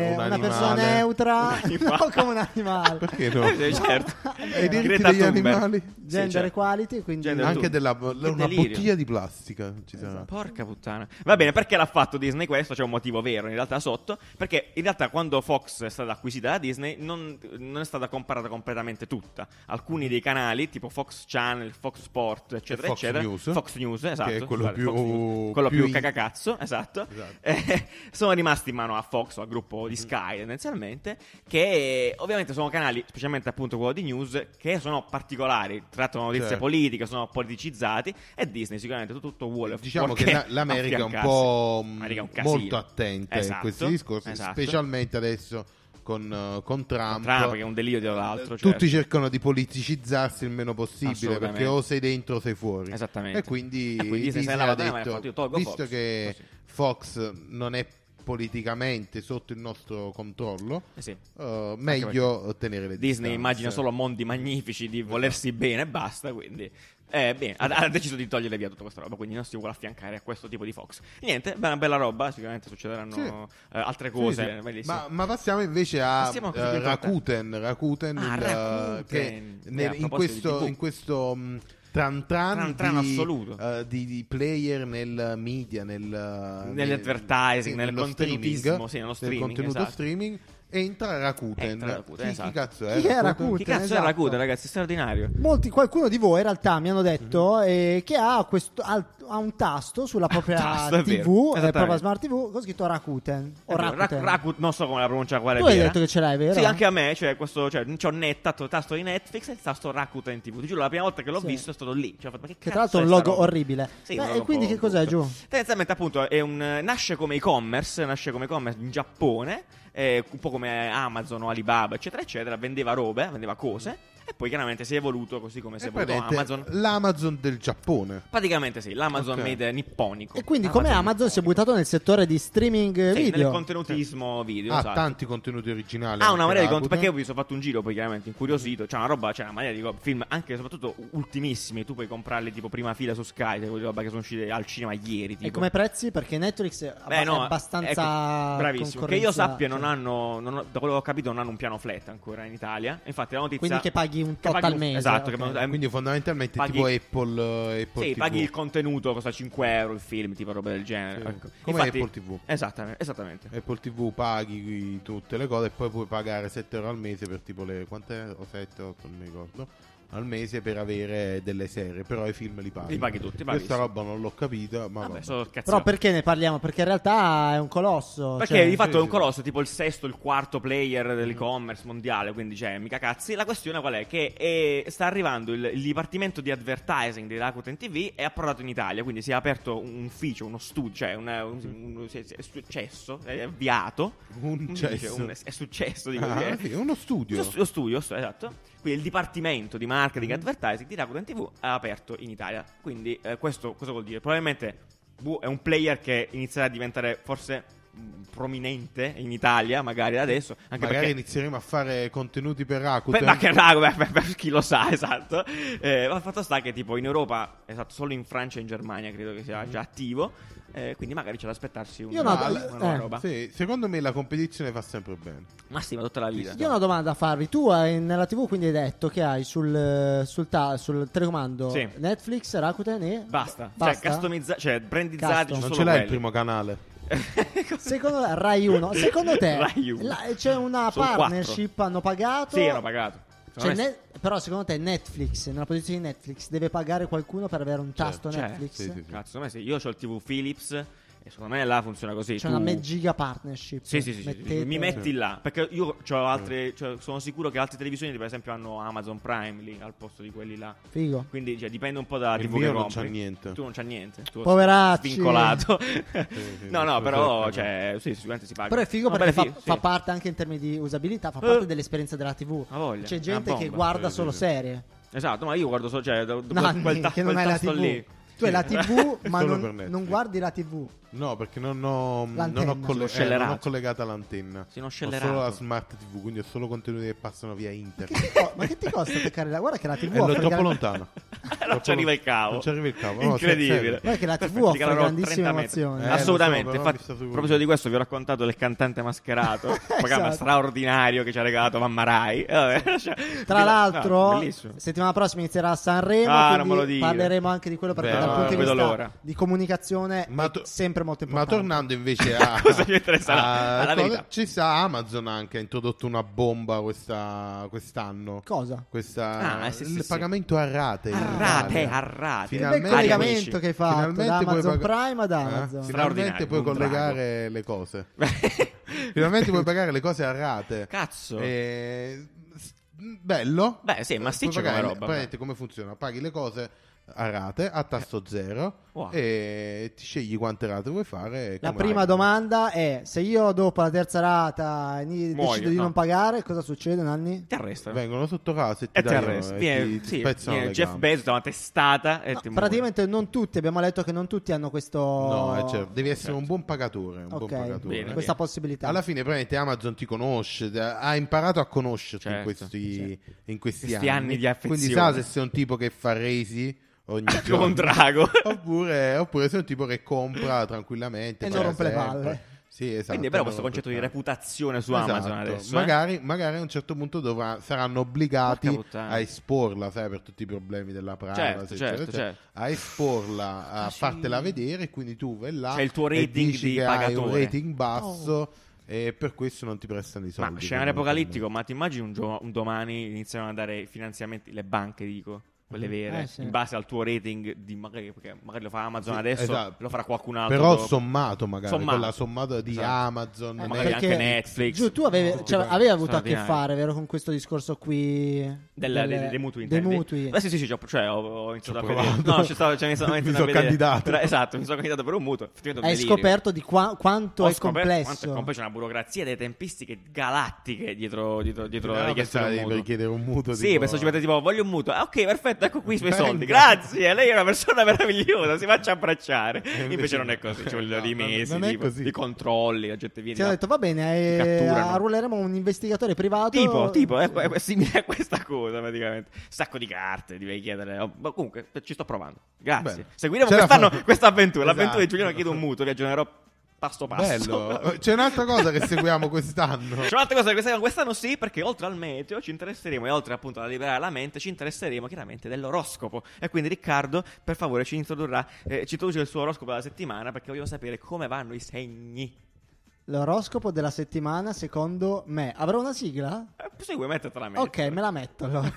Speaker 1: un
Speaker 3: Una
Speaker 1: animale.
Speaker 3: persona neutra,
Speaker 2: Un animale.
Speaker 3: no, come un animale.
Speaker 1: Perché no?
Speaker 2: Eh, certo.
Speaker 1: E i diritti
Speaker 2: Greta
Speaker 1: degli
Speaker 2: Thunberg.
Speaker 1: animali?
Speaker 2: Sì,
Speaker 3: Gender
Speaker 2: certo.
Speaker 3: equality, quindi
Speaker 2: Gender-
Speaker 1: Anche della
Speaker 2: Che
Speaker 1: una
Speaker 2: delirio. Esatto.
Speaker 1: bottiglia di plastica. Ci sarà.
Speaker 2: Porca puttana. Va bene, perché l'ha fatto Disney questo? C'è un motivo vero in realtà sotto. Perché in realtà quando Fox è stata acquisita da Disney non, non è stata comprata completamente tutta. Alcuni dei canali, tipo Fox Channel, Fox Sport, eccetera,
Speaker 1: Fox
Speaker 2: eccetera.
Speaker 1: News.
Speaker 2: Fox News,
Speaker 1: Che è
Speaker 2: esatto.
Speaker 1: quello
Speaker 2: Scusate,
Speaker 1: più-
Speaker 2: Fox News. quello
Speaker 1: più
Speaker 2: più
Speaker 1: in-
Speaker 2: cagacazzo, esatto.
Speaker 1: Esatto.
Speaker 2: Eh, sono rimasti in mano a Fox o al gruppo di
Speaker 1: Mhm.
Speaker 2: Sky tendenzialmente. Che ovviamente sono canali, specialmente appunto quello di news, che sono particolari, trattano notizie
Speaker 1: Certo.
Speaker 2: politiche, sono politicizzati. E Disney sicuramente tutto, tutto vuole
Speaker 1: Diciamo
Speaker 2: Perché
Speaker 1: che la- l'America è un
Speaker 2: affiancarsi.
Speaker 1: po' mh,
Speaker 2: L'America è un casino.
Speaker 1: molto attenta in
Speaker 2: Esatto,
Speaker 1: questi discorsi,
Speaker 2: esatto.
Speaker 1: specialmente adesso con, eh, con Trump.
Speaker 2: Trump, che è un delirio dietro l'altro,
Speaker 1: Eh,
Speaker 2: certo.
Speaker 1: Tutti cercano di politicizzarsi il meno possibile
Speaker 2: Assolutamente.
Speaker 1: perché o sei dentro o sei fuori.
Speaker 2: Esattamente.
Speaker 1: E quindi,
Speaker 2: E quindi se
Speaker 1: Disney
Speaker 2: sei
Speaker 1: ha
Speaker 2: lavato, ma
Speaker 1: detto,
Speaker 2: infatti io tolgo
Speaker 1: visto
Speaker 2: Fox, Eh
Speaker 1: che
Speaker 2: così.
Speaker 1: Fox non è politicamente sotto il nostro controllo,
Speaker 2: Eh sì.
Speaker 1: eh, meglio tenere le
Speaker 2: Disney
Speaker 1: distanze.
Speaker 2: immagina solo mondi magnifici di volersi bene e basta, quindi... eh, bene, ha, ha deciso di togliere via tutta questa roba, quindi non si vuole affiancare a questo tipo di Fox. Niente, be- bella roba, sicuramente succederanno
Speaker 1: Sì.
Speaker 2: eh, altre
Speaker 1: Sì,
Speaker 2: cose,
Speaker 1: sì.
Speaker 2: bellissime.
Speaker 1: Ma, ma passiamo invece a,
Speaker 2: Passiamo a cose
Speaker 1: eh,
Speaker 2: più importanti.
Speaker 1: Rakuten, Rakuten,
Speaker 2: Ah,
Speaker 1: il,
Speaker 2: Rakuten.
Speaker 1: eh, che
Speaker 2: Eh,
Speaker 1: nel-
Speaker 2: a
Speaker 1: in,
Speaker 2: proposito di
Speaker 1: questo,
Speaker 2: TV.
Speaker 1: in questo mh, tran tran,
Speaker 2: Tran tran
Speaker 1: di,
Speaker 2: assoluto.
Speaker 1: eh, di, di player nel media, nel, eh, nel-
Speaker 2: Nell'advertising, nel
Speaker 1: nello
Speaker 2: contenutismo,
Speaker 1: streaming,
Speaker 2: sì, nello
Speaker 1: nel
Speaker 2: streaming,
Speaker 1: contenuto
Speaker 2: esatto.
Speaker 1: streaming, entra Rakuten.
Speaker 2: Entra Rakuten,
Speaker 1: chi,
Speaker 2: esatto.
Speaker 1: chi cazzo è?
Speaker 3: Chi è
Speaker 2: Chi
Speaker 3: Rakuten?
Speaker 2: cazzo
Speaker 3: esatto.
Speaker 2: è Rakuten, ragazzi? Straordinario.
Speaker 3: Molti, qualcuno di voi in realtà mi hanno detto
Speaker 2: Mhm.
Speaker 3: eh, che ha, questo, ha, ha un tasto sulla propria
Speaker 2: tasto, è vero,
Speaker 3: TV, eh,
Speaker 2: esattamente.
Speaker 3: propria smart TV, con scritto Rakuten. O
Speaker 2: È vero,
Speaker 3: Rakuten.
Speaker 2: Rak- Rakuten, non so come la pronuncia quale
Speaker 3: Tu
Speaker 2: è
Speaker 3: hai
Speaker 2: vera.
Speaker 3: detto che ce l'hai, vero?
Speaker 2: Sì, anche a me, cioè, questo, cioè, c'ho net, tasto, tasto di Netflix e il tasto Rakuten TV. Ti giuro, la prima volta che l'ho
Speaker 3: Sì.
Speaker 2: visto è stato lì. Cioè, ho fatto, ma che
Speaker 3: Che
Speaker 2: cazzo
Speaker 3: tra l'altro è
Speaker 2: è
Speaker 3: un
Speaker 2: sta
Speaker 3: logo
Speaker 2: roba?
Speaker 3: orribile.
Speaker 2: Sì,
Speaker 3: Beh,
Speaker 2: un
Speaker 3: e
Speaker 2: logo
Speaker 3: quindi
Speaker 2: un
Speaker 3: che
Speaker 2: po'
Speaker 3: cos'è
Speaker 2: brutto.
Speaker 3: giù?
Speaker 2: Tendenzialmente, appunto, è un, nasce come e-commerce, nasce come e-commerce in Giappone, eh, un po' come Amazon o Alibaba, eccetera, eccetera. Vendeva robe, vendeva cose. E poi chiaramente si è evoluto così come si è
Speaker 1: È
Speaker 2: evoluto
Speaker 1: praticamente
Speaker 2: Eh, Amazon.
Speaker 1: l'Amazon del Giappone.
Speaker 2: Praticamente sì, l'Amazon
Speaker 1: Ok.
Speaker 2: made nipponico.
Speaker 3: E quindi come Amazon si è buttato nel settore di streaming eh,
Speaker 2: ah, Sì, nel
Speaker 3: video?
Speaker 2: contenutismo video.
Speaker 1: Ha
Speaker 2: esatto.
Speaker 1: tanti contenuti originali.
Speaker 2: Ah, una
Speaker 1: anche
Speaker 2: marea di conti.
Speaker 1: Rakuten.
Speaker 2: Perché io mi sono fatto un giro poi, chiaramente, incuriosito. C'è una roba, c'è una marea di co- film, anche e soprattutto ultimissimi. Tu puoi comprarli tipo prima fila su Sky, cioè quelle roba che sono uscite al cinema ieri. Tipo.
Speaker 3: E come prezzi? Perché Netflix è abba-
Speaker 2: Beh, no,
Speaker 3: è abbastanza
Speaker 2: ecco, bravissimo. Che io
Speaker 3: concorrenza-
Speaker 2: sappia, non
Speaker 3: cioè,
Speaker 2: hanno, non ho- da quello che ho capito, non hanno un piano flat ancora in Italia. Infatti, la notizia.
Speaker 3: Quindi che paghi un
Speaker 2: che
Speaker 3: tot
Speaker 2: paghi
Speaker 3: al mese,
Speaker 2: Esatto,
Speaker 3: ok.
Speaker 2: che, eh,
Speaker 1: Quindi fondamentalmente
Speaker 2: paghi-
Speaker 1: tipo Apple, eh, Apple
Speaker 2: sì,
Speaker 1: TV.
Speaker 2: paghi il contenuto, costa 5 euro il film, tipo roba del genere.
Speaker 1: Sì.
Speaker 2: ecco.
Speaker 1: Come
Speaker 2: Infatti-
Speaker 1: Apple TV.
Speaker 2: Esattamente, esattamente.
Speaker 1: Apple TV paghi tutte le cose e poi puoi pagare 7 euro al mese per tipo le quante o 7 8 non mi ricordo al mese per avere delle serie però i film li paghi
Speaker 2: Li paghi tutti,
Speaker 1: questa
Speaker 2: bravissimo.
Speaker 1: roba non l'ho capita ma
Speaker 2: Vabbè,
Speaker 1: vabbè.
Speaker 2: sono cazzi.
Speaker 3: Però perché ne parliamo? Perché in realtà è un colosso.
Speaker 2: Perché
Speaker 3: cioè-
Speaker 2: di fatto è un
Speaker 1: sì.
Speaker 2: colosso, tipo il sesto, il quarto player dell'e-commerce mondiale, quindi cioè, mica cazzi. La questione qual è? Che è- sta arrivando il, il dipartimento di advertising di Rakuten TV è approdato in Italia, quindi si è aperto un ufficio, uno studio, cioè un, un- un- si è- si è successo, è avviato.
Speaker 1: Un
Speaker 2: Come si dice?
Speaker 1: cesso.
Speaker 2: Un- è successo, dico,
Speaker 1: Ah,
Speaker 2: eh.
Speaker 1: sì, uno studio
Speaker 2: Lo stu- lo studio, stu- esatto. Quindi il dipartimento di marketing e advertising di Rakuten TV ha aperto in Italia. Quindi eh, questo cosa vuol dire? Probabilmente Bu è un player che inizierà a diventare forse mh, prominente in Italia, magari da adesso. Anche
Speaker 1: magari
Speaker 2: perché
Speaker 1: inizieremo a fare contenuti per Rakuten
Speaker 2: per, ma che rago, per, per- per chi lo sa, esatto. Eh, ma il fatto sta che tipo in Europa, esatto, solo in Francia e in Germania credo che
Speaker 1: Mm-hmm.
Speaker 2: sia già attivo. Eh, quindi magari c'è da aspettarsi una,
Speaker 3: Io no,
Speaker 2: una,
Speaker 3: eh,
Speaker 2: nuova
Speaker 3: eh,
Speaker 2: roba.
Speaker 1: Sì, secondo me la competizione fa sempre bene
Speaker 2: Massima tutta la vita.
Speaker 3: Io ho una domanda da farvi. Tu hai- nella TV quindi hai detto che hai sul, sul, ta- sul telecomando
Speaker 2: Sì.
Speaker 3: Netflix, Rakuten e...
Speaker 2: Basta. Cioè, customizza- cioè, brandizzati.
Speaker 3: Custom.
Speaker 2: ci
Speaker 1: non
Speaker 2: sono
Speaker 1: ce l'hai il
Speaker 2: quelli.
Speaker 1: primo canale
Speaker 3: Secondo Rai 1, secondo te
Speaker 2: Rai Uno.
Speaker 3: la- c'è una
Speaker 2: Sono
Speaker 3: partnership? Hanno pagato?
Speaker 2: Sì, hanno pagato.
Speaker 3: Cioè,
Speaker 2: Secondo me
Speaker 3: ne- però secondo te Netflix, nella posizione di Netflix, deve pagare qualcuno per avere un tasto
Speaker 2: certo,
Speaker 3: Netflix?
Speaker 1: Cioè, sì, sì,
Speaker 2: sì. Cazzo, secondo me sì. Io ho il TV Philips e secondo me là funziona così.
Speaker 3: C'è
Speaker 2: Tu-
Speaker 3: una me- giga partnership.
Speaker 2: Sì, sì, sì, sì, sì.
Speaker 3: Mettete-
Speaker 2: mi metti là. Perché io
Speaker 1: Mm.
Speaker 2: c'ho altre, cioè, sono sicuro che altre televisioni, per esempio, hanno Amazon Prime lì al posto di quelli là.
Speaker 3: Figo.
Speaker 2: Quindi cioè, dipende un po' da
Speaker 1: Il
Speaker 2: TV
Speaker 1: mio
Speaker 2: che
Speaker 1: non
Speaker 2: compri.
Speaker 1: c'ha niente.
Speaker 2: Tu non c'ha niente. Tu
Speaker 3: Poveracci.
Speaker 2: Vincolato.
Speaker 1: sì,
Speaker 2: no, no,
Speaker 1: sì,
Speaker 2: però
Speaker 1: sì.
Speaker 2: cioè, sì, sicuramente si paga.
Speaker 3: Però è figo
Speaker 2: No,
Speaker 3: perché fa,
Speaker 2: bene, fi-
Speaker 3: fa
Speaker 2: ah, sì.
Speaker 3: parte anche in termini di usabilità, fa
Speaker 2: Eh.
Speaker 3: parte dell'esperienza della TV.
Speaker 2: Ha voglia,
Speaker 3: C'è
Speaker 2: è
Speaker 3: gente
Speaker 2: una
Speaker 3: che
Speaker 2: bomba.
Speaker 3: guarda
Speaker 1: Sì,
Speaker 3: solo
Speaker 1: sì, sì.
Speaker 3: serie.
Speaker 2: Esatto, ma io guardo solo, cioè, do- do-
Speaker 3: Nanni,
Speaker 2: quel, ta-
Speaker 3: che
Speaker 2: quel
Speaker 3: non hai la
Speaker 2: tasto
Speaker 3: TV.
Speaker 2: lì.
Speaker 3: Tu hai la TV, ma
Speaker 1: Solo
Speaker 3: non,
Speaker 1: per Netflix.
Speaker 3: non guardi la TV.
Speaker 1: No, perché non ho, non
Speaker 3: L'antenna.
Speaker 1: ho colle-
Speaker 2: Sono
Speaker 1: eh,
Speaker 2: scellerato.
Speaker 1: non ho collegata l'antenna.
Speaker 2: Sono
Speaker 1: Ho
Speaker 2: scellerato.
Speaker 1: solo la smart TV, quindi ho solo contenuti che passano via
Speaker 3: Che
Speaker 1: internet.
Speaker 3: ti co- Oh, ma che ti costa toccare la Guarda che la TV
Speaker 1: Eh, l'ho
Speaker 3: offre
Speaker 1: troppo
Speaker 3: gran-
Speaker 1: lontano.
Speaker 2: non ci arriva il cavo.
Speaker 1: Non ci arriva il cavo. No,
Speaker 2: Incredibile.
Speaker 1: se-
Speaker 3: Guarda che la TV
Speaker 2: Perfetto,
Speaker 3: offre
Speaker 2: ti calerò
Speaker 3: grandissime
Speaker 2: 30 metri.
Speaker 3: emozioni.
Speaker 1: Eh,
Speaker 2: Assolutamente.
Speaker 1: lo so, però
Speaker 2: Infatti,
Speaker 1: mi sta
Speaker 2: a
Speaker 1: sui
Speaker 2: proposito di questo, vi ho raccontato del cantante mascherato, un programma
Speaker 3: Esatto.
Speaker 2: straordinario che ci ha regalato Mamma Rai. Eh, vabbè, cioè,
Speaker 3: Tra
Speaker 2: no,
Speaker 3: l'altro,
Speaker 2: Ah, bellissimo.
Speaker 3: settimana prossima inizierà a Sanremo.
Speaker 2: Ah, non
Speaker 3: quindi
Speaker 2: me lo dire.
Speaker 3: Parleremo anche di quello perché
Speaker 1: Beh,
Speaker 3: dal
Speaker 1: no,
Speaker 3: punto di
Speaker 1: non
Speaker 3: vista
Speaker 2: vedo l'ora.
Speaker 3: di comunicazione
Speaker 1: Ma
Speaker 3: è
Speaker 1: to-
Speaker 3: sempre molto
Speaker 1: Ma
Speaker 3: importante.
Speaker 1: tornando invece a
Speaker 2: Cosa gli interesserà?
Speaker 1: a-
Speaker 2: Alla
Speaker 1: cosa-
Speaker 2: verità.
Speaker 1: Ci sa Amazon anche ha introdotto una bomba questa, quest'anno.
Speaker 3: Cosa?
Speaker 1: Questa,
Speaker 2: Ah, sì, sì,
Speaker 1: il
Speaker 2: sì.
Speaker 1: pagamento a rate. in
Speaker 2: A rate,
Speaker 1: Italia.
Speaker 2: a rate.
Speaker 3: Il bel
Speaker 1: Finalmente-
Speaker 3: collegamento che hai fatto
Speaker 1: Finalmente
Speaker 3: da
Speaker 1: puoi
Speaker 3: Amazon
Speaker 1: paga-
Speaker 3: Prime ad
Speaker 1: Eh?
Speaker 3: Amazon.
Speaker 1: Finalmente
Speaker 2: Straordinario,
Speaker 1: puoi
Speaker 2: un drago.
Speaker 1: collegare le cose. Finalmente puoi pagare le cose a rate.
Speaker 2: Cazzo.
Speaker 1: Eh, s- bello.
Speaker 2: Beh, sì,
Speaker 1: Eh,
Speaker 2: massiccio
Speaker 1: puoi
Speaker 2: come
Speaker 1: pagare le-
Speaker 2: roba,
Speaker 1: praticamente come funziona? Paghi le cose a rate, a tasso zero,
Speaker 2: Eh. Wow.
Speaker 1: e ti scegli quante rate vuoi fare. e
Speaker 3: La
Speaker 1: come
Speaker 3: prima
Speaker 1: hai.
Speaker 3: domanda è: se io dopo la terza rata ni-
Speaker 2: Muoio,
Speaker 3: decido di
Speaker 2: no.
Speaker 3: non pagare, cosa succede, Nanni?
Speaker 2: Ti arrestano.
Speaker 1: Vengono sotto casa e ti
Speaker 2: E ti
Speaker 1: tagliano,
Speaker 2: arrestano.
Speaker 1: e
Speaker 2: Viene,
Speaker 1: ti- ti
Speaker 2: sì,
Speaker 1: spezzano
Speaker 2: viene
Speaker 1: le
Speaker 2: Jeff
Speaker 1: gambe.
Speaker 2: Bezos da una testata e
Speaker 3: No,
Speaker 2: ti muore.
Speaker 3: praticamente non tutti, abbiamo letto che non tutti hanno questo.
Speaker 1: No, eh, certo, devi essere
Speaker 2: Certo.
Speaker 1: un buon pagatore. Un buon
Speaker 3: Ok,
Speaker 1: pagatore.
Speaker 2: Bene,
Speaker 3: questa
Speaker 2: bene.
Speaker 3: possibilità.
Speaker 1: Alla fine, praticamente Amazon ti conosce, te- ha imparato a conoscerti in
Speaker 2: Certo,
Speaker 1: questi, in questi
Speaker 2: Questi anni di affezione.
Speaker 1: Quindi sa se sei un tipo che fa resi ogni
Speaker 2: Come
Speaker 1: giorno.
Speaker 2: un drago.
Speaker 1: oppure, oppure sei un tipo che compra tranquillamente
Speaker 3: E non
Speaker 1: paga
Speaker 3: rompe le
Speaker 1: sempre.
Speaker 3: palle.
Speaker 1: Sì, esatto.
Speaker 2: Quindi è bello
Speaker 1: non
Speaker 2: questo
Speaker 1: rompe
Speaker 2: concetto di
Speaker 1: le palle.
Speaker 2: reputazione su
Speaker 1: Esatto.
Speaker 2: Amazon adesso. eh?
Speaker 1: Magari, magari a un certo punto dovrà- saranno obbligati
Speaker 2: Porca puttana.
Speaker 1: a esporla, sai, per tutti i problemi della privacy,
Speaker 2: Certo,
Speaker 1: eccetera,
Speaker 2: certo,
Speaker 1: eccetera,
Speaker 2: certo.
Speaker 1: a esporla,
Speaker 3: Ah,
Speaker 1: a fartela vedere, e quindi tu vai là
Speaker 2: C'è Cioè, il tuo
Speaker 1: e
Speaker 2: rating
Speaker 1: dici
Speaker 2: di
Speaker 1: che hai un
Speaker 2: pagatore.
Speaker 3: Oh.
Speaker 1: rating basso e per questo non ti prestano i soldi.
Speaker 2: Ma scenario
Speaker 1: fondamentalmente.
Speaker 2: apocalittico, ma ti immagini un, gio- un domani iniziano a dare i finanziamenti, le banche dico,
Speaker 1: Mm.
Speaker 2: quelle vere,
Speaker 3: Eh, sì.
Speaker 2: in base al tuo rating, di magari, perché magari lo fa Amazon
Speaker 1: Sì,
Speaker 2: adesso,
Speaker 1: esatto.
Speaker 2: lo farà qualcun altro.
Speaker 1: Però
Speaker 2: dopo.
Speaker 1: sommato magari
Speaker 2: Sommato.
Speaker 1: con la sommata di
Speaker 2: Esatto.
Speaker 1: Amazon
Speaker 2: Eh,
Speaker 1: Netflix.
Speaker 2: magari anche Netflix.
Speaker 3: Giù, tu avevi,
Speaker 1: Tutti
Speaker 3: cioè,
Speaker 1: quanti.
Speaker 3: avevi avuto a che
Speaker 2: Straordinario.
Speaker 3: fare, vero, con questo discorso qui
Speaker 2: Del-
Speaker 3: del-
Speaker 2: dei, dei mutui intendi?
Speaker 3: Dei mutui.
Speaker 2: Eh, sì, sì, sì, già- cioè, ho, ho iniziato
Speaker 1: Ci ho
Speaker 2: a vedere.
Speaker 1: provato.
Speaker 2: No, ci stavo, cioè, mi sono,
Speaker 1: Mi
Speaker 2: iniziato a
Speaker 1: sono
Speaker 2: vedere.
Speaker 1: candidato.
Speaker 2: Però- esatto, mi sono candidato per un mutuo. effettivamente un
Speaker 3: Hai
Speaker 2: delirio.
Speaker 3: scoperto di qua- quanto
Speaker 2: Ho
Speaker 3: è
Speaker 2: scoperto
Speaker 3: complesso.
Speaker 2: quanto è complesso, C'è una burocrazia delle tempistiche galattiche dietro, dietro, dietro la
Speaker 1: Però
Speaker 2: richiesta del
Speaker 1: pensavi
Speaker 2: mutuo.
Speaker 1: per chiedere un mutuo
Speaker 2: Sì,
Speaker 1: tipo-
Speaker 2: penso ci mette tipo, voglio un mutuo. Ah, ok, perfetto, ecco qui i suoi soldi.
Speaker 1: Venga.
Speaker 2: Grazie, eh, lei è una persona meravigliosa, si faccia abbracciare.
Speaker 1: Eh, invece
Speaker 2: Invece non
Speaker 1: no.
Speaker 2: è così, ci vogliono
Speaker 1: No,
Speaker 2: dei
Speaker 1: non-
Speaker 2: mesi
Speaker 1: non è
Speaker 2: tipo,
Speaker 1: così.
Speaker 2: di controlli, la gente viene.
Speaker 3: Ti hanno
Speaker 2: la-
Speaker 3: detto, va bene,
Speaker 2: ti
Speaker 3: eh,
Speaker 2: catturano.
Speaker 3: arruoleremo un investigatore privato.
Speaker 2: Tipo, tipo, eh, è, è- è simile a questa cosa praticamente. Sacco di carte, devi chiedere. Oh, ma comunque, ci sto provando. Grazie.
Speaker 1: Bene.
Speaker 2: Seguiremo
Speaker 1: Ce la
Speaker 2: quest'anno
Speaker 1: fate.
Speaker 2: questa avventura. L'avventura di
Speaker 1: Esatto.
Speaker 2: Giuliano chiede un mutuo, vi aggiornerò passo passo.
Speaker 1: Bello. C'è un'altra cosa che seguiamo quest'anno.
Speaker 2: C'è un'altra cosa che questa, quest'anno sì, perché oltre al meteo ci interesseremo, e oltre appunto alla liberare la mente, ci interesseremo chiaramente dell'oroscopo. E quindi Riccardo, per favore, ci introdurrà, eh, ci introduce il suo oroscopo della settimana, perché vogliamo sapere come vanno i segni.
Speaker 3: L'oroscopo della settimana, secondo me. Avrò una sigla?
Speaker 2: Eh, segui, mettetela a me.
Speaker 3: Ok, me la metto allora.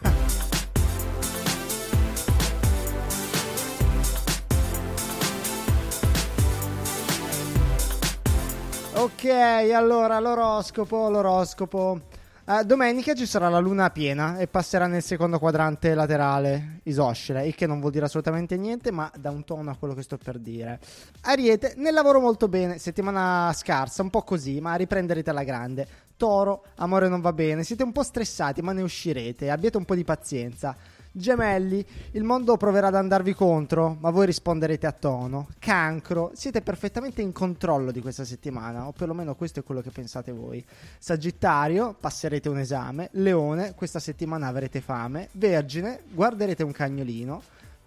Speaker 3: Ok, allora l'oroscopo, l'oroscopo. Eh, domenica ci sarà la luna piena e passerà nel secondo quadrante laterale isoscele, il che non vuol dire assolutamente niente, ma dà un tono a quello che sto per dire. Ariete, nel lavoro molto bene, settimana scarsa, un po' così, ma riprenderete alla grande. Toro, amore non va bene, siete un po' stressati, ma ne uscirete, abbiate un po' di pazienza. Gemelli, il mondo proverà ad andarvi contro, ma voi risponderete a tono. Cancro, siete perfettamente in controllo di questa settimana, o perlomeno questo è quello che pensate voi. Sagittario, passerete un esame. Leone, questa settimana avrete fame. Vergine, guarderete un cagnolino.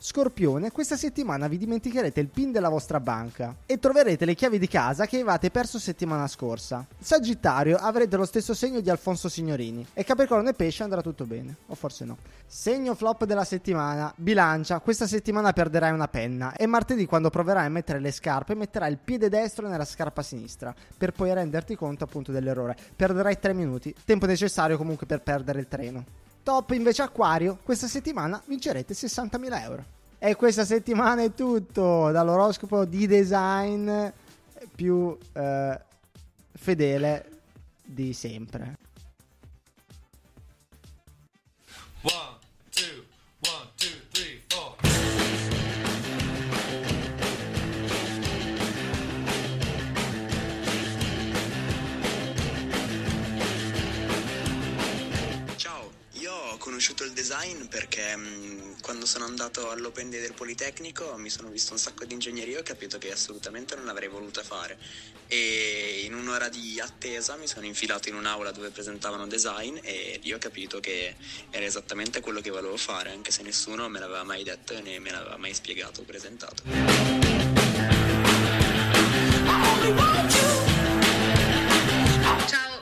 Speaker 3: Scorpione, questa settimana vi dimenticherete il PIN della vostra banca e troverete le chiavi di casa che avevate perso settimana scorsa. Sagittario, avrete lo stesso segno di Alfonso Signorini e Capricorno e Pesce andrà tutto bene, o forse no. Segno flop della settimana, Bilancia, questa settimana perderai una penna e martedì quando proverai a mettere le scarpe metterai il piede destro nella scarpa sinistra per poi renderti conto appunto dell'errore. Perderai 3 minuti, tempo necessario comunque per perdere il treno. Top invece Acquario, questa settimana vincerete 60.000 euro. E questa settimana è tutto dall'oroscopo di design più eh, fedele di sempre.
Speaker 4: Ciao, io ho conosciuto il design perché mh, quando sono andato all'Open Day del Politecnico mi sono visto un sacco di ingegneria e ho capito che assolutamente non l'avrei voluta fare. E in un'ora di attesa mi sono infilato in un'aula dove presentavano design e lì ho capito che era esattamente quello che volevo fare, anche se nessuno me l'aveva mai detto né me l'aveva mai spiegato o presentato.
Speaker 9: Ciao,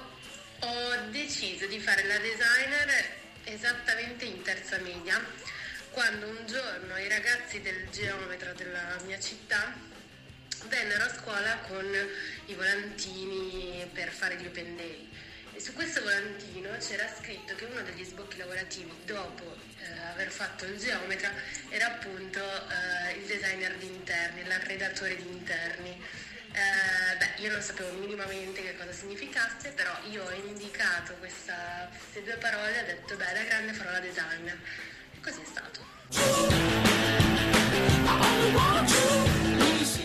Speaker 9: ho deciso di fare la designer esattamente in terza media, quando un giorno i ragazzi del geometra della mia città vennero a scuola con i volantini per fare gli open day. E su questo volantino c'era scritto che uno degli sbocchi lavorativi dopo eh, aver fatto il geometra era appunto eh, il designer di interni, l'arredatore di interni. Eh, beh, io non sapevo minimamente che cosa significasse, però io ho indicato questa- queste due parole e ho detto, beh, da grande farò la designer. E così è stato.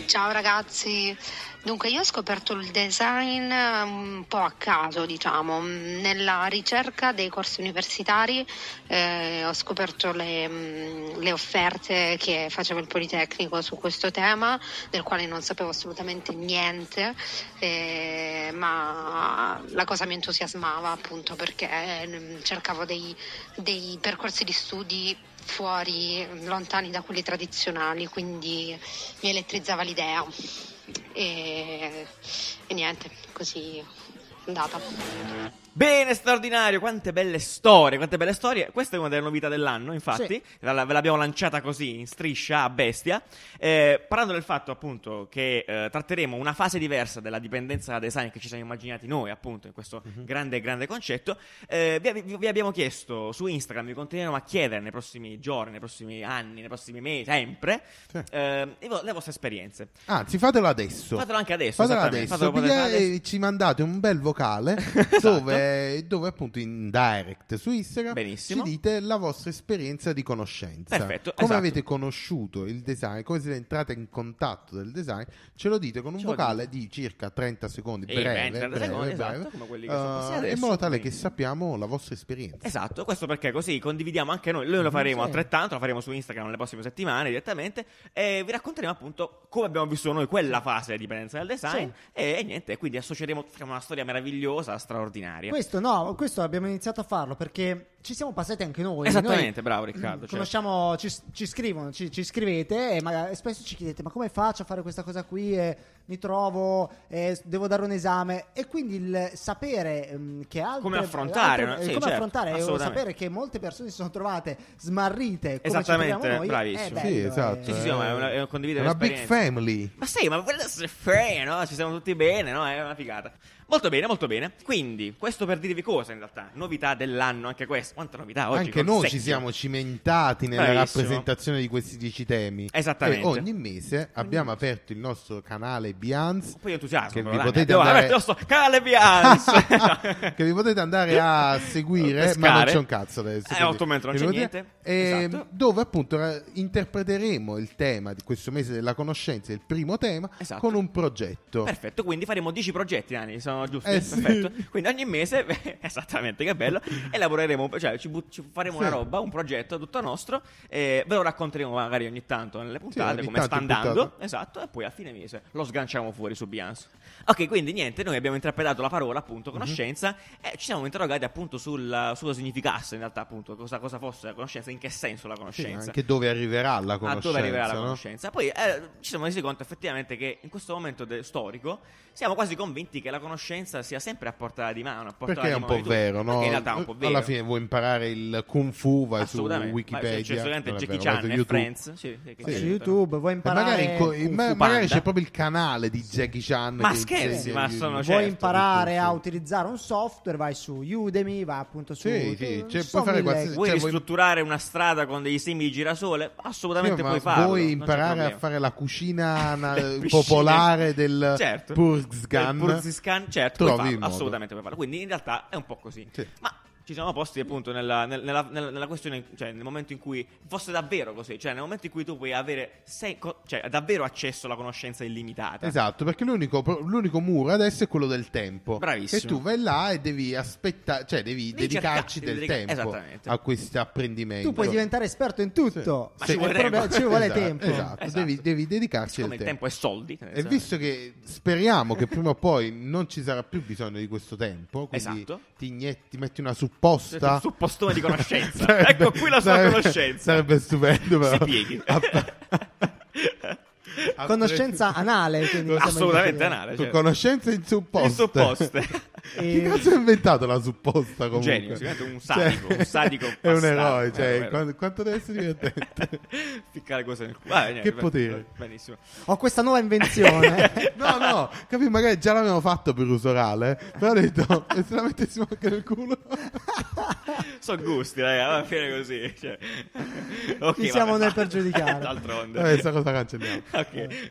Speaker 10: Ciao ragazzi, dunque io ho scoperto il design eh, un po' a caso, diciamo, Mm, nella ricerca dei corsi universitari eh, ho scoperto le, mm, le offerte che faceva il Politecnico su questo tema, del quale non sapevo assolutamente niente, eh, ma la cosa mi entusiasmava appunto perché mm, cercavo dei, dei percorsi di studi fuori, lontani da quelli tradizionali, quindi mi elettrizzava l'idea e, e niente, così è andata.
Speaker 2: Bene, straordinario, quante belle storie, quante belle storie. Questa è una delle novità dell'anno, infatti,
Speaker 3: Sì.
Speaker 2: Ve la- ve l'abbiamo lanciata così, in striscia, a bestia. Eh, parlando del fatto, appunto, che eh, tratteremo una fase diversa della dipendenza da design che ci siamo immaginati noi, appunto, in questo
Speaker 1: Mhm.
Speaker 2: grande, grande concetto, eh, vi, vi- vi abbiamo chiesto su Instagram, vi continueremo a chiedere nei prossimi giorni, nei prossimi anni, nei prossimi mesi, sempre,
Speaker 1: Sì.
Speaker 2: eh, i vo- le vostre esperienze.
Speaker 1: Anzi, fatelo adesso.
Speaker 2: Fatelo anche adesso,
Speaker 1: Fatelo
Speaker 2: esattamente,
Speaker 1: adesso.
Speaker 2: fatelo potete fare
Speaker 1: pigliate-
Speaker 2: adesso. Esatto.
Speaker 1: Ci mandate un bel vocale dove, dove appunto in direct su Instagram
Speaker 2: Benissimo.
Speaker 1: ci dite la vostra esperienza di conoscenza.
Speaker 2: Perfetto,
Speaker 1: Come
Speaker 2: esatto.
Speaker 1: avete conosciuto il design, come siete entrate in contatto del design, ce lo dite con un
Speaker 2: Ce lo
Speaker 1: vocale di circa 30 secondi,
Speaker 2: Eh,
Speaker 1: breve,
Speaker 2: 30
Speaker 1: breve,
Speaker 2: secondi, esatto,
Speaker 1: breve,
Speaker 2: come quelli che sono passati
Speaker 1: eh, in
Speaker 2: adesso,
Speaker 1: modo tale
Speaker 2: quindi.
Speaker 1: che sappiamo la vostra esperienza.
Speaker 2: Esatto, questo perché così condividiamo anche noi,
Speaker 1: Mm-hmm,
Speaker 2: noi lo faremo
Speaker 3: sì.
Speaker 2: altrettanto, lo faremo su Instagram nelle prossime settimane direttamente e vi racconteremo appunto come abbiamo vissuto noi quella fase di dipendenza del design
Speaker 3: Sì.
Speaker 2: e, e niente, quindi associeremo, faremo una storia meravigliosa, straordinaria.
Speaker 3: Questo no, questo abbiamo iniziato a farlo perché ci siamo passati anche noi.
Speaker 2: Esattamente,
Speaker 3: Noi
Speaker 2: bravo Riccardo. cioè,
Speaker 3: Mm, Conosciamo, ci, ci scrivono, ci, ci scrivete e, magari- e spesso ci chiedete ma come faccio a fare questa cosa qui, Eh, mi trovo, eh, devo dare un esame e quindi il sapere ehm, che altre,
Speaker 2: Come affrontare,
Speaker 3: altre-
Speaker 2: no?
Speaker 3: eh,
Speaker 2: Sì,
Speaker 3: come
Speaker 2: certo,
Speaker 3: affrontare e
Speaker 2: assolutamente.
Speaker 3: sapere che molte persone si sono trovate smarrite come ci
Speaker 2: Esattamente,
Speaker 3: troviamo noi,
Speaker 2: bravissimo.
Speaker 3: è
Speaker 2: Sì,
Speaker 3: bello,
Speaker 1: sì,
Speaker 3: eh.
Speaker 1: esatto.
Speaker 2: Sì, sì, sì, ma è una- è un condividere
Speaker 1: una big
Speaker 2: esperienze.
Speaker 1: family.
Speaker 2: Ma sì, ma quello è free, no? Ci siamo tutti bene, no? È una figata. Molto bene, molto bene. Quindi, questo per dirvi cosa in realtà, novità dell'anno anche questo. Quanta novità oggi.
Speaker 1: Anche
Speaker 2: col
Speaker 1: noi
Speaker 2: secchio.
Speaker 1: ci siamo cimentati nella
Speaker 2: Bravissimo.
Speaker 1: rappresentazione di questi dieci temi.
Speaker 2: Esattamente.
Speaker 1: E ogni mese abbiamo aperto il nostro canale Beans.
Speaker 2: Un po' di entusiasmo,
Speaker 1: Che
Speaker 2: però,
Speaker 1: vi
Speaker 2: dai,
Speaker 1: potete
Speaker 2: abbiamo
Speaker 1: andare-
Speaker 2: aperto il nostro canale Beans.
Speaker 1: che vi potete andare a seguire,
Speaker 2: Pescare.
Speaker 1: ma non c'è un cazzo adesso.
Speaker 2: Eh,
Speaker 1: quindi
Speaker 2: ottomento, non
Speaker 1: vi
Speaker 2: c'è
Speaker 1: potete-
Speaker 2: niente.
Speaker 1: Eh,
Speaker 2: Esatto.
Speaker 1: Dove appunto ra- interpreteremo il tema di questo mese della conoscenza, il primo tema,
Speaker 2: Esatto.
Speaker 1: con un progetto.
Speaker 2: Perfetto, quindi faremo 10 progetti, Nani, sono giusti?
Speaker 1: Eh, sì.
Speaker 2: Perfetto. Quindi ogni mese, esattamente, che bello, e lavoreremo, cioè ci, bu- ci faremo
Speaker 1: Sì.
Speaker 2: una roba, un progetto tutto nostro, e ve lo racconteremo magari ogni tanto nelle puntate,
Speaker 1: ogni
Speaker 2: come sta
Speaker 1: tanto in
Speaker 2: andando,
Speaker 1: puntata.
Speaker 2: esatto, e poi a fine mese lo sganciamo fuori su Beyoncé. Ok, quindi niente, noi abbiamo interpretato la parola appunto
Speaker 1: Mhm.
Speaker 2: conoscenza e ci siamo interrogati appunto sul, cosa significasse in realtà appunto, cosa, cosa fosse la conoscenza, in che senso la
Speaker 1: Sì,
Speaker 2: conoscenza.
Speaker 1: anche dove arriverà la
Speaker 2: A
Speaker 1: conoscenza.
Speaker 2: dove Ah, arriverà la
Speaker 1: no?
Speaker 2: conoscenza? Poi eh, ci siamo resi conto effettivamente che in questo momento de- storico siamo quasi convinti che la conoscenza sia sempre a portata di mano. A portata
Speaker 1: Perché è
Speaker 2: di
Speaker 1: un
Speaker 2: mano
Speaker 1: po'
Speaker 2: di tutti.
Speaker 1: vero, no?
Speaker 2: Perché in realtà è un po' vero.
Speaker 1: Alla fine vuoi imparare il Kung Fu, vai su
Speaker 2: Assolutamente. Ma, cioè,
Speaker 1: Wikipedia.
Speaker 2: solamente
Speaker 1: non è
Speaker 2: Jackie
Speaker 1: vero, vai su
Speaker 2: Chan e
Speaker 1: YouTube.
Speaker 2: Friends. Sì, sì, che
Speaker 1: Sì.
Speaker 3: Su
Speaker 2: aiutano.
Speaker 3: YouTube vuoi
Speaker 1: E
Speaker 3: imparare
Speaker 1: magari, in co-
Speaker 2: Kung
Speaker 1: ma-
Speaker 2: Fu
Speaker 1: magari
Speaker 2: Panda.
Speaker 1: c'è proprio il canale di Jackie Chan.
Speaker 2: Ma
Speaker 1: che
Speaker 2: scherzi,
Speaker 1: insegna-
Speaker 2: ma sono-
Speaker 1: Vuoi
Speaker 2: certo,
Speaker 3: Vuoi imparare
Speaker 1: tutto,
Speaker 3: a
Speaker 1: sì.
Speaker 3: utilizzare un software, vai su Udemy, vai appunto su...
Speaker 1: Sì, sì,
Speaker 3: ci
Speaker 1: cioè,
Speaker 3: sono
Speaker 1: puoi fare
Speaker 3: mille-
Speaker 1: qualsiasi-
Speaker 2: Vuoi
Speaker 1: Cioè, vuoi-
Speaker 2: ristrutturare una strada con dei semi di girasole? Assolutamente
Speaker 1: Sì, ma
Speaker 2: puoi farlo.
Speaker 1: Vuoi
Speaker 2: non c'è
Speaker 1: imparare a
Speaker 2: problema.
Speaker 1: fare la cucina na-
Speaker 2: Le piscine.
Speaker 1: popolare del
Speaker 2: certo.
Speaker 1: Purzgan?
Speaker 2: Del Purzgan, certo, puoi
Speaker 1: Trovi il
Speaker 2: farlo,
Speaker 1: modo.
Speaker 2: assolutamente puoi farlo. Quindi in realtà è un po' così.
Speaker 1: Sì.
Speaker 2: Ma ci siamo posti appunto nella, nel- nella- nella- nella questione, cioè nel momento in cui fosse davvero così, cioè nel momento in cui tu puoi avere sei co- cioè, davvero accesso alla conoscenza illimitata.
Speaker 1: Esatto, perché l'unico, pro- l'unico muro adesso è quello del tempo.
Speaker 2: Bravissimo.
Speaker 1: E tu vai là e devi aspettare, cioè devi,
Speaker 2: Devi
Speaker 1: dedicarci
Speaker 2: cercare- devi
Speaker 1: del
Speaker 2: dedica-
Speaker 1: tempo
Speaker 2: esattamente.
Speaker 1: a questo apprendimento.
Speaker 3: Tu puoi diventare esperto in tutto,
Speaker 2: Ma ci
Speaker 3: Il
Speaker 2: vuole
Speaker 3: problema-
Speaker 2: tempo.
Speaker 3: ci vuole
Speaker 1: Esatto,
Speaker 3: tempo.
Speaker 1: Esatto,
Speaker 2: Esatto.
Speaker 1: Devi, devi dedicarci
Speaker 2: Siccome
Speaker 1: del
Speaker 2: il tempo
Speaker 1: tempo.
Speaker 2: è esatto. soldi,
Speaker 1: certo. E visto che speriamo che prima o poi non ci sarà più bisogno di questo tempo, quindi
Speaker 2: Esatto.
Speaker 1: ti, inietti- ti metti una supposta.
Speaker 2: Un suppostone di conoscenza. Ecco qui la sua conoscenza.
Speaker 1: Sarebbe stupendo, però.
Speaker 2: si pieghi.
Speaker 1: A-
Speaker 3: Conoscenza anale, quindi, insomma,
Speaker 2: Esatto. Assolutamente
Speaker 3: infinita.
Speaker 2: anale.
Speaker 1: Con
Speaker 2: Cioè.
Speaker 1: conoscenza in supposta.
Speaker 2: In supposte.
Speaker 1: Chi cazzo ha inventato la supposta comunque? Cioè,
Speaker 2: genio, sicuramente un sadico, un sadico
Speaker 1: è un
Speaker 2: bastardo,
Speaker 1: eroe,
Speaker 2: vero,
Speaker 1: cioè,
Speaker 2: vero.
Speaker 1: quanto, quanto deve essere divertente.
Speaker 2: Ficcare cose nel culo. Vabbè, niente,
Speaker 1: Che potere.
Speaker 2: Benissimo.
Speaker 3: Ho questa nuova invenzione.
Speaker 1: No, no, capi, magari già l'abbiamo fatto per usorale, però ho detto, e se la mettessimo anche nel culo?
Speaker 2: Sono gusti, raga, alla fine è così. Cioè. Ok,
Speaker 3: Chi siamo
Speaker 2: vabbè,
Speaker 3: noi
Speaker 2: va.
Speaker 3: per giudicare?
Speaker 2: D'altronde.
Speaker 1: Vabbè, questa cosa cancelliamo.
Speaker 2: ok.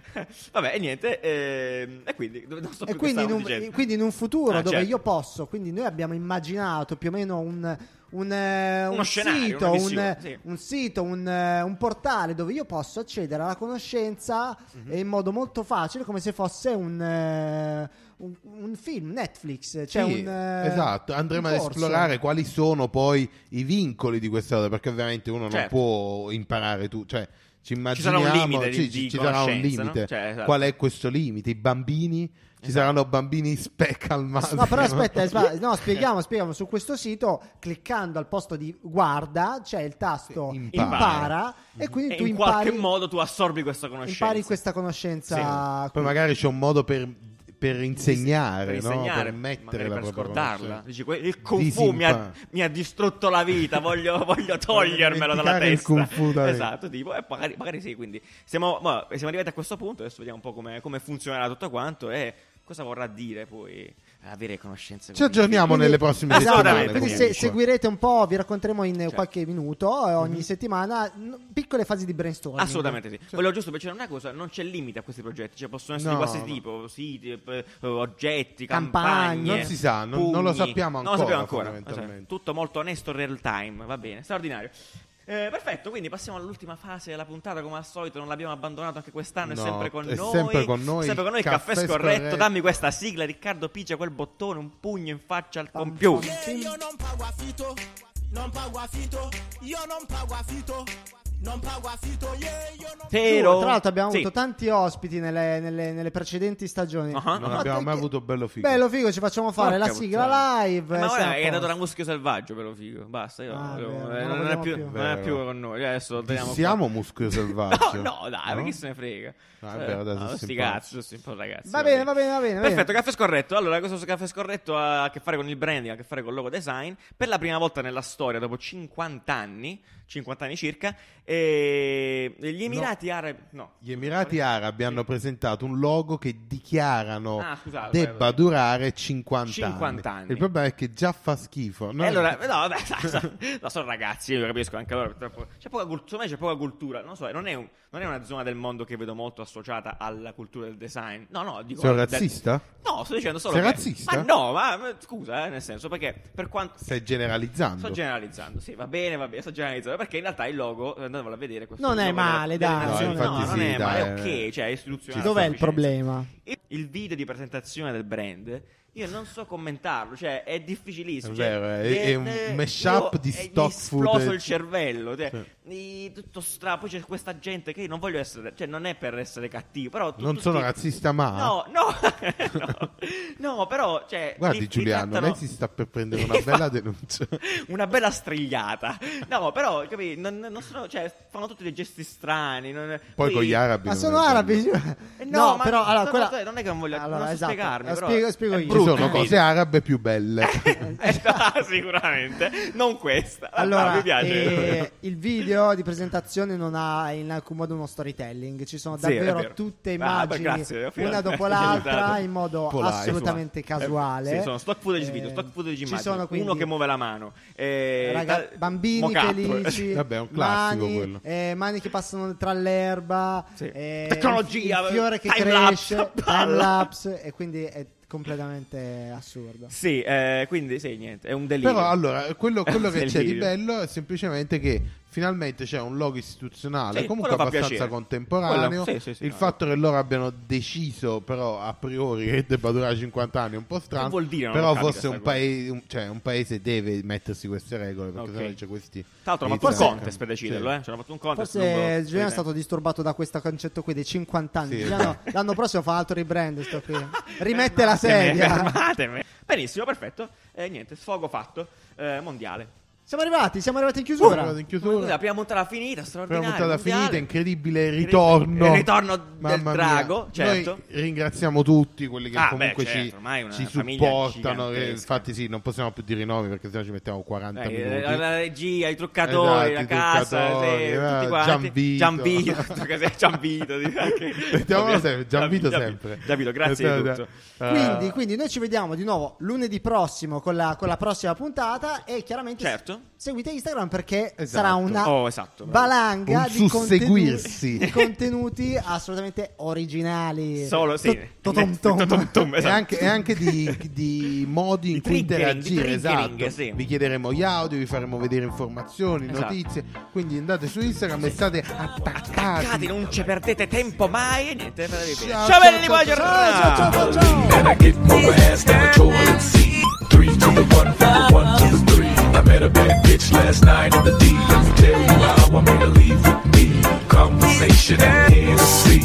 Speaker 2: Vabbè, e niente. ehm, e quindi, non so più
Speaker 3: E
Speaker 2: che
Speaker 3: quindi in,
Speaker 2: stavamo
Speaker 3: un,
Speaker 2: dicendo.
Speaker 3: quindi in un futuro
Speaker 2: Ah,
Speaker 3: dove
Speaker 2: certo.
Speaker 3: io posso, quindi noi abbiamo immaginato più o meno un, un, eh,
Speaker 2: Uno
Speaker 3: un
Speaker 2: scenario,
Speaker 3: sito,
Speaker 2: una
Speaker 3: un,
Speaker 2: visione, sì.
Speaker 3: un sito, un, eh, un portale dove io posso accedere alla conoscenza
Speaker 2: Mhm.
Speaker 3: eh, in modo molto facile, come se fosse un, eh, un, un film Netflix. Cioè
Speaker 1: Sì,
Speaker 3: un, eh,
Speaker 1: esatto, andremo
Speaker 3: un
Speaker 1: ad
Speaker 3: corso.
Speaker 1: esplorare quali sono poi i vincoli di questa cosa, perché ovviamente uno non
Speaker 2: Certo.
Speaker 1: può imparare tu, cioè ci
Speaker 2: Ci sarà un
Speaker 1: immaginiamo,
Speaker 2: limite di-
Speaker 1: sì,
Speaker 2: di
Speaker 1: ci, ci sarà un
Speaker 2: conoscenza, no?
Speaker 1: limite.
Speaker 2: Cioè, esatto.
Speaker 1: Qual è questo limite? I bambini? Ci saranno bambini spec al massimo.
Speaker 3: No, però aspetta, eh, aspa- no, spieghiamo, spieghiamo. Su questo sito, cliccando al posto di guarda, c'è il tasto
Speaker 1: Sì,
Speaker 3: impara,
Speaker 1: impara. Mhm.
Speaker 3: e quindi
Speaker 2: E
Speaker 3: tu
Speaker 2: in
Speaker 3: impari,
Speaker 2: qualche modo tu assorbi questa conoscenza.
Speaker 3: impari questa conoscenza.
Speaker 2: Sì.
Speaker 1: Poi magari c'è un modo per per insegnare,
Speaker 2: per
Speaker 1: no?
Speaker 2: insegnare,
Speaker 1: per mettere
Speaker 2: magari
Speaker 1: la
Speaker 2: per
Speaker 1: propria
Speaker 2: scordarla.
Speaker 1: conoscenza.
Speaker 2: Dici, que- il Kung Fu mi ha,
Speaker 1: Disimparare.
Speaker 2: mi ha distrutto la vita, voglio, voglio togliermelo dalla
Speaker 1: dimenticare il
Speaker 2: testa.
Speaker 1: Kung Fu da me.
Speaker 2: esatto, tipo, eh, magari, magari sì, quindi siamo, ma, siamo arrivati a questo punto, adesso vediamo un po' come, come funzionerà tutto quanto e cosa vorrà dire poi avere conoscenze.
Speaker 1: Ci aggiorniamo
Speaker 3: Quindi-
Speaker 1: nelle prossime
Speaker 2: Esatto,
Speaker 1: settimane.
Speaker 2: veramente,
Speaker 3: quindi se
Speaker 1: comunque.
Speaker 3: seguirete un po', vi racconteremo in
Speaker 2: Certo.
Speaker 3: qualche minuto, eh, ogni
Speaker 1: Mhm.
Speaker 3: settimana, n- piccole fasi di brainstorming.
Speaker 2: Assolutamente sì. Volevo giusto precisare una cosa: non c'è limite a questi progetti, cioè possono essere
Speaker 1: No,
Speaker 2: di qualsiasi
Speaker 1: no.
Speaker 2: tipo, siti, eh, oggetti,
Speaker 3: Campagne.
Speaker 2: campagne.
Speaker 1: Non si sa, non- non lo
Speaker 2: pugni.
Speaker 1: sappiamo
Speaker 2: Non lo sappiamo
Speaker 1: ancora,
Speaker 2: ancora. Cioè,
Speaker 1: fondamentalmente.
Speaker 2: tutto molto onesto, real time, va bene, straordinario. Eh, perfetto, quindi passiamo all'ultima fase della puntata, come al solito, non l'abbiamo abbandonato anche quest'anno, è
Speaker 1: No,
Speaker 2: sempre con
Speaker 1: è
Speaker 2: noi.
Speaker 1: sempre con noi,
Speaker 2: Sempre con noi,
Speaker 1: Caffè
Speaker 2: caffè,
Speaker 1: Scorretto.
Speaker 2: scorretto. Dammi questa sigla, Riccardo pigia quel bottone, un pugno in faccia al
Speaker 3: Pam,
Speaker 2: computer.
Speaker 3: pam, pim.
Speaker 2: Tero.
Speaker 3: Tra l'altro abbiamo
Speaker 2: Sì.
Speaker 3: avuto tanti ospiti nelle, nelle- nelle precedenti stagioni.
Speaker 2: Ah,
Speaker 1: Non abbiamo mai avuto bello figo.
Speaker 3: Bello figo, ci facciamo fare
Speaker 2: Porca
Speaker 3: la sigla
Speaker 2: puttana.
Speaker 3: live.
Speaker 2: Eh, Ma
Speaker 3: eh,
Speaker 2: ora
Speaker 3: siamo
Speaker 2: è
Speaker 3: a
Speaker 2: andato da
Speaker 3: posto.
Speaker 2: muschio selvaggio, però figo. Basta, io
Speaker 3: Ah,
Speaker 2: lo-
Speaker 3: vero,
Speaker 2: eh,
Speaker 3: non lo
Speaker 2: non, è
Speaker 3: vogliamo
Speaker 2: più,
Speaker 3: più.
Speaker 2: non è
Speaker 1: Vero.
Speaker 2: più con noi. Adesso lo teniamo
Speaker 1: Siamo
Speaker 2: qua.
Speaker 1: muschio
Speaker 2: No,
Speaker 1: selvaggio.
Speaker 2: no, dai,
Speaker 1: No?
Speaker 2: perché se ne frega? Eh,
Speaker 1: Ah, è vero, adesso
Speaker 2: no,
Speaker 1: sei
Speaker 2: sti
Speaker 1: simpatico.
Speaker 2: cazzo, sti un po' ragazzi.
Speaker 3: Va bene, va bene, va bene. va bene.
Speaker 2: Perfetto, caffè scorretto. Allora, questo caffè scorretto ha a che fare con il branding, ha a che fare con il logo design. Per la prima volta nella storia, dopo 50 anni, 50 anni circa, eh, gli Emirati Arabi. No.
Speaker 1: Gli Emirati Arabi hanno presentato un logo che dichiarano
Speaker 2: Ah, scusate,
Speaker 1: debba
Speaker 2: vai, vai.
Speaker 1: durare 50,
Speaker 2: 50 anni.
Speaker 1: Il problema è che già fa schifo. No,
Speaker 2: E allora, no, vabbè, sa- sa- no, sono ragazzi, io capisco anche loro. purtroppo. C'è poca cultura, secondo me c'è poca cultura. Non so, non è, un- non è una zona del mondo che vedo molto associata alla cultura del design. No, no, dico.
Speaker 1: Sei
Speaker 2: del-
Speaker 1: razzista?
Speaker 2: No, sto dicendo solo.
Speaker 1: Sei
Speaker 2: che-
Speaker 1: razzista?
Speaker 2: Ma no, ma ma scusa, eh, nel senso, perché per quanto.
Speaker 1: Stai generalizzando.
Speaker 2: Sto generalizzando, sì, va bene, va bene, sto generalizzando perché in realtà il logo, eh, andavolo a vedere questo
Speaker 3: Non è
Speaker 2: logo della-
Speaker 3: male,
Speaker 2: della
Speaker 3: dai,
Speaker 2: istituzione.
Speaker 1: no,
Speaker 2: No,
Speaker 1: infatti
Speaker 2: non
Speaker 1: sì,
Speaker 2: è male,
Speaker 1: dai. eh.
Speaker 2: ok, cioè è istituzionale.
Speaker 3: Dov'è
Speaker 2: a
Speaker 3: il
Speaker 2: sufficienza.
Speaker 3: problema?
Speaker 2: Il- Il video di presentazione del brand, io non so commentarlo, cioè è difficilissimo.
Speaker 1: È
Speaker 2: cioè,
Speaker 1: vero, è-
Speaker 2: eh,
Speaker 1: è un
Speaker 2: eh,
Speaker 1: mashup
Speaker 2: io-
Speaker 1: di
Speaker 2: eh,
Speaker 1: stock
Speaker 2: Mi esploso
Speaker 1: footage.
Speaker 2: il cervello, cioè, i- tutto stra... Poi c'è questa gente che io non voglio essere, cioè non è per essere cattivo, però... tu-
Speaker 1: Non
Speaker 2: tutti-
Speaker 1: sono razzista, ma.
Speaker 2: No, no, no, però, cioè...
Speaker 1: Guardi,
Speaker 2: li- li
Speaker 1: Giuliano,
Speaker 2: trattano-
Speaker 1: lei si sta per prendere una bella denuncia.
Speaker 2: una bella strigliata. No, però, capi, non, non sono, cioè, fanno tutti dei gesti strani. non-
Speaker 1: Poi con gli arabi.
Speaker 3: Ma
Speaker 1: non
Speaker 3: sono
Speaker 1: è
Speaker 3: arabi.
Speaker 1: bello.
Speaker 2: Eh,
Speaker 3: No,
Speaker 2: ma
Speaker 3: però allora,
Speaker 2: no,
Speaker 3: quella-
Speaker 2: no, non è che non voglio
Speaker 3: Allora,
Speaker 2: non so
Speaker 3: esatto.
Speaker 2: spiegarmi.
Speaker 3: La
Speaker 2: però
Speaker 3: spiego- spiego
Speaker 2: è
Speaker 3: io.
Speaker 1: Ci
Speaker 2: brutto,
Speaker 1: sono
Speaker 2: capito?
Speaker 1: cose arabe più belle.
Speaker 2: Eh, no, sicuramente non questa.
Speaker 3: Allora,
Speaker 2: Ah, mi piace.
Speaker 3: eh, il video di presentazione non ha in alcun modo uno storytelling, ci sono
Speaker 2: Sì, è
Speaker 3: davvero
Speaker 2: vero.
Speaker 3: tutte
Speaker 2: Ah,
Speaker 3: immagini
Speaker 2: beh, grazie,
Speaker 3: una
Speaker 2: finalmente.
Speaker 3: dopo l'altra
Speaker 2: Esatto. Eh,
Speaker 3: in modo
Speaker 1: Polite.
Speaker 3: assolutamente casuale.
Speaker 2: Sì, sono stock footage video,
Speaker 3: Eh,
Speaker 2: stock footage
Speaker 3: Ci
Speaker 2: immagini.
Speaker 3: sono quindi
Speaker 2: uno che muove la mano. eh,
Speaker 3: raga-
Speaker 2: ta-
Speaker 3: bambini
Speaker 2: mocato.
Speaker 3: felici,
Speaker 1: Vabbè, è un classico
Speaker 3: mani,
Speaker 1: quello.
Speaker 3: eh, mani che passano tra l'erba,
Speaker 2: Sì.
Speaker 3: eh,
Speaker 2: Tecnologia,
Speaker 3: il fiore che
Speaker 2: timelapse,
Speaker 3: cresce,
Speaker 2: palla.
Speaker 3: timelapse, e quindi è completamente assurdo.
Speaker 2: Sì, eh, quindi sì, niente, è un delirio.
Speaker 1: Però allora, quello, quello che c'è di
Speaker 2: Delirio.
Speaker 1: bello è semplicemente che finalmente c'è un logo istituzionale,
Speaker 2: Sì,
Speaker 1: comunque
Speaker 2: quello fa
Speaker 1: abbastanza
Speaker 2: piacere.
Speaker 1: contemporaneo.
Speaker 2: Quello- sì, sì, sì,
Speaker 1: il
Speaker 2: no,
Speaker 1: fatto che loro abbiano deciso, però a priori, che debba durare 50 anni è un po' strano.
Speaker 2: Che vuol dire? Non
Speaker 1: Però
Speaker 2: ho capito
Speaker 1: forse un
Speaker 2: sta cosa.
Speaker 1: paese, un- cioè, un paese deve mettersi queste regole, perché
Speaker 2: Ok.
Speaker 1: sennò dice questi...
Speaker 2: Tra l'altro, ma
Speaker 1: iniziano
Speaker 2: poi
Speaker 1: a-
Speaker 2: contest per deciderlo,
Speaker 1: Sì.
Speaker 2: eh. Ci hanno fatto un contest.
Speaker 3: Forse Giuliano è stato disturbato da questo concetto qui dei 50 anni.
Speaker 1: Sì,
Speaker 3: Giuliano,
Speaker 1: esatto.
Speaker 3: l'anno prossimo fa altro rebrand. Sto qui. Rimette
Speaker 2: Eh,
Speaker 3: la sedia.
Speaker 2: Fermatemi. Benissimo, perfetto. Eh, niente, sfogo fatto. Eh, mondiale.
Speaker 3: Siamo arrivati, siamo arrivati in
Speaker 1: Siamo
Speaker 3: chiusura.
Speaker 1: arrivati in
Speaker 2: Così, La
Speaker 1: chiusura.
Speaker 2: prima puntata finita,
Speaker 1: Prima
Speaker 2: straordinaria.
Speaker 1: puntata
Speaker 2: mondiale.
Speaker 1: finita, incredibile ritorno.
Speaker 2: Il ritorno del
Speaker 1: Mamma mia.
Speaker 2: drago, certo.
Speaker 1: Noi ringraziamo tutti quelli che
Speaker 2: Ah,
Speaker 1: comunque
Speaker 2: beh, certo,
Speaker 1: ci,
Speaker 2: ormai è una
Speaker 1: ci
Speaker 2: famiglia
Speaker 1: supportano. eh,
Speaker 2: gigantesca.
Speaker 1: Infatti, sì, non possiamo più dire i nomi perché sennò ci mettiamo 40
Speaker 2: Eh,
Speaker 1: minuti.
Speaker 2: la, la regia, i truccatori,
Speaker 1: Esatto,
Speaker 2: la
Speaker 1: i
Speaker 2: casa, sì,
Speaker 1: truccatori, eh,
Speaker 2: tutti quanti.
Speaker 1: Gianvito.
Speaker 2: Gianvito, cioè, Gianvito, dico anche.
Speaker 1: Mettiamolo sempre, Gianvito sempre.
Speaker 2: Gianvito, grazie di tutto.
Speaker 1: Eh,
Speaker 3: Quindi, quindi noi ci vediamo di nuovo lunedì prossimo con la, con la prossima puntata. E chiaramente
Speaker 2: Certo.
Speaker 3: s- seguite Instagram perché
Speaker 1: Esatto.
Speaker 3: sarà una
Speaker 2: Oh, esatto, bravo.
Speaker 3: valanga
Speaker 1: Un
Speaker 3: di, contenuti,
Speaker 1: susseguirsi.
Speaker 3: di contenuti assolutamente originali.
Speaker 2: Solo, sì.
Speaker 3: To- totom tom.
Speaker 2: Totom-tom,
Speaker 1: E
Speaker 2: esatto.
Speaker 1: anche, e anche di, di modi in
Speaker 2: Di
Speaker 1: cui
Speaker 2: triggering,
Speaker 1: interagire,
Speaker 2: di triggering,
Speaker 1: esatto.
Speaker 2: eh, sì.
Speaker 1: Vi chiederemo gli audio, vi faremo vedere informazioni,
Speaker 2: Esatto.
Speaker 1: notizie. Quindi andate su Instagram e state attaccati.
Speaker 2: Attaccati, non ci perdete tempo mai. E niente, fatevi bene. Ciao,
Speaker 1: Ciao, ciao,
Speaker 2: belli,
Speaker 1: ciao,
Speaker 2: buona giornata.
Speaker 1: ciao,
Speaker 3: Ciao, ciao, ciao.
Speaker 11: And I get more ass than a toilet seat. Three to the one, from the one to the three. I met a bad bitch last night at the D. Let me tell you how I made her leave with me. Conversation and Hennessy.